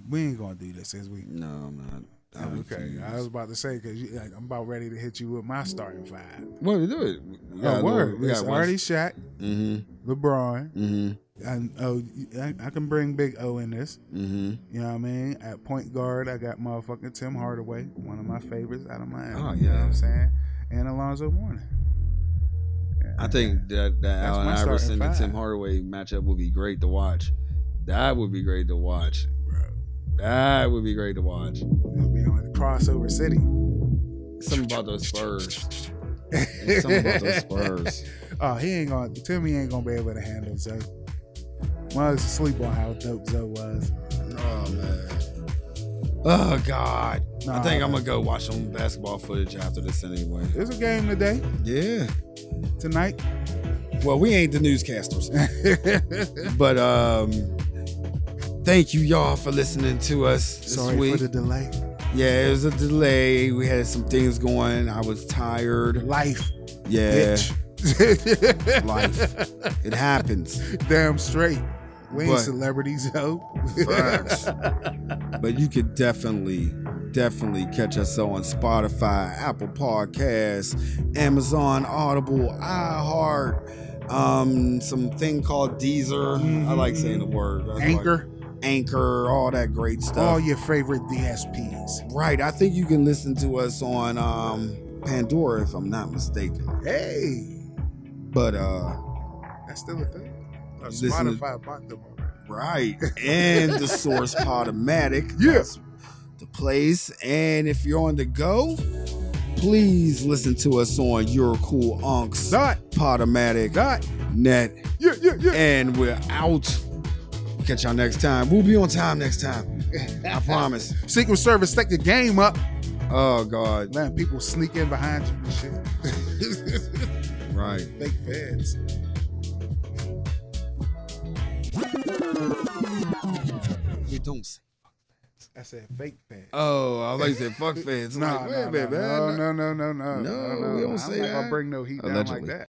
Speaker 1: We ain't going to do this, is we?
Speaker 2: no, I'm not. I
Speaker 1: Oh, okay,
Speaker 2: refuse.
Speaker 1: I was about to say because like, I'm about ready to hit you with my starting five.
Speaker 2: Well, we do it. We
Speaker 1: Oh, word. It's already Shaq,
Speaker 2: Mm-hmm.
Speaker 1: LeBron,
Speaker 2: Mm-hmm.
Speaker 1: and oh, I, I can bring Big O in this.
Speaker 2: Mm-hmm.
Speaker 1: You know what I mean? At point guard, I got motherfucking Tim Hardaway, one of my favorites out of Miami.
Speaker 2: Oh,
Speaker 1: You know what
Speaker 2: yeah.
Speaker 1: I'm saying? And Alonzo Mourning.
Speaker 2: I think that, that
Speaker 1: That's
Speaker 2: Allen
Speaker 1: my starting
Speaker 2: Iverson and
Speaker 1: five.
Speaker 2: Tim Hardaway matchup would be great to watch. That would be great to watch. That would be great to watch.
Speaker 1: I'll be on crossover city.
Speaker 2: Something about those Spurs. There's Something about those Spurs.
Speaker 1: Oh, he ain't gonna. Timmy ain't gonna be able to handle Zoe. Well, I was asleep on how dope Zoe was.
Speaker 2: Oh man. Oh God.
Speaker 1: Nah,
Speaker 2: I think I'm gonna go watch some basketball footage after this anyway.
Speaker 1: It's a game today,
Speaker 2: Yeah.
Speaker 1: tonight.
Speaker 2: Well, we ain't the newscasters. But um thank you y'all for listening to us this
Speaker 1: Sorry
Speaker 2: week.
Speaker 1: for the delay.
Speaker 2: yeah, it was a delay. We had some things going. I was tired.
Speaker 1: Life,
Speaker 2: Yeah.
Speaker 1: bitch.
Speaker 2: Life. It happens.
Speaker 1: Damn straight. We ain't
Speaker 2: But-
Speaker 1: celebrities, yo.
Speaker 2: Facts. but you could definitely, definitely catch us on Spotify, Apple Podcasts, Amazon, Audible, iHeart, um, some thing called Deezer. I like saying the word. That's like-
Speaker 1: Anchor,
Speaker 2: Anchor, all that great
Speaker 1: all
Speaker 2: stuff.
Speaker 1: your favorite DSPs.
Speaker 2: Right. I think you can listen to us on um, Pandora if I'm not mistaken.
Speaker 1: Hey,
Speaker 2: But uh
Speaker 1: that's still a thing. Uh,
Speaker 2: Listen to-
Speaker 1: Spotify bought them already.
Speaker 2: right. And the source Podomatic.
Speaker 1: Yeah.
Speaker 2: That's the place. And if you're on the go, please listen to us on Your Cool Unks,
Speaker 1: Dot,
Speaker 2: Podomatic,
Speaker 1: dot.
Speaker 2: Net,
Speaker 1: Yeah, yeah, yeah.
Speaker 2: and we're out. Catch y'all next time. We'll be on time next time. I promise.
Speaker 1: Secret Service, take the game up.
Speaker 2: Oh God.
Speaker 1: Letting people sneak in behind you and shit.
Speaker 2: Right.
Speaker 1: Fake fans.
Speaker 2: We don't say.
Speaker 1: I said fake fans.
Speaker 2: Oh, I like that. Fuck fans. I'm
Speaker 1: No,
Speaker 2: like, wait
Speaker 1: no,
Speaker 2: a minute,
Speaker 1: no,
Speaker 2: man.
Speaker 1: no, no, no, no,
Speaker 2: No, we don't
Speaker 1: I
Speaker 2: say
Speaker 1: ain't gonna
Speaker 2: that.
Speaker 1: bring no heat down
Speaker 2: Allegedly.
Speaker 1: like that.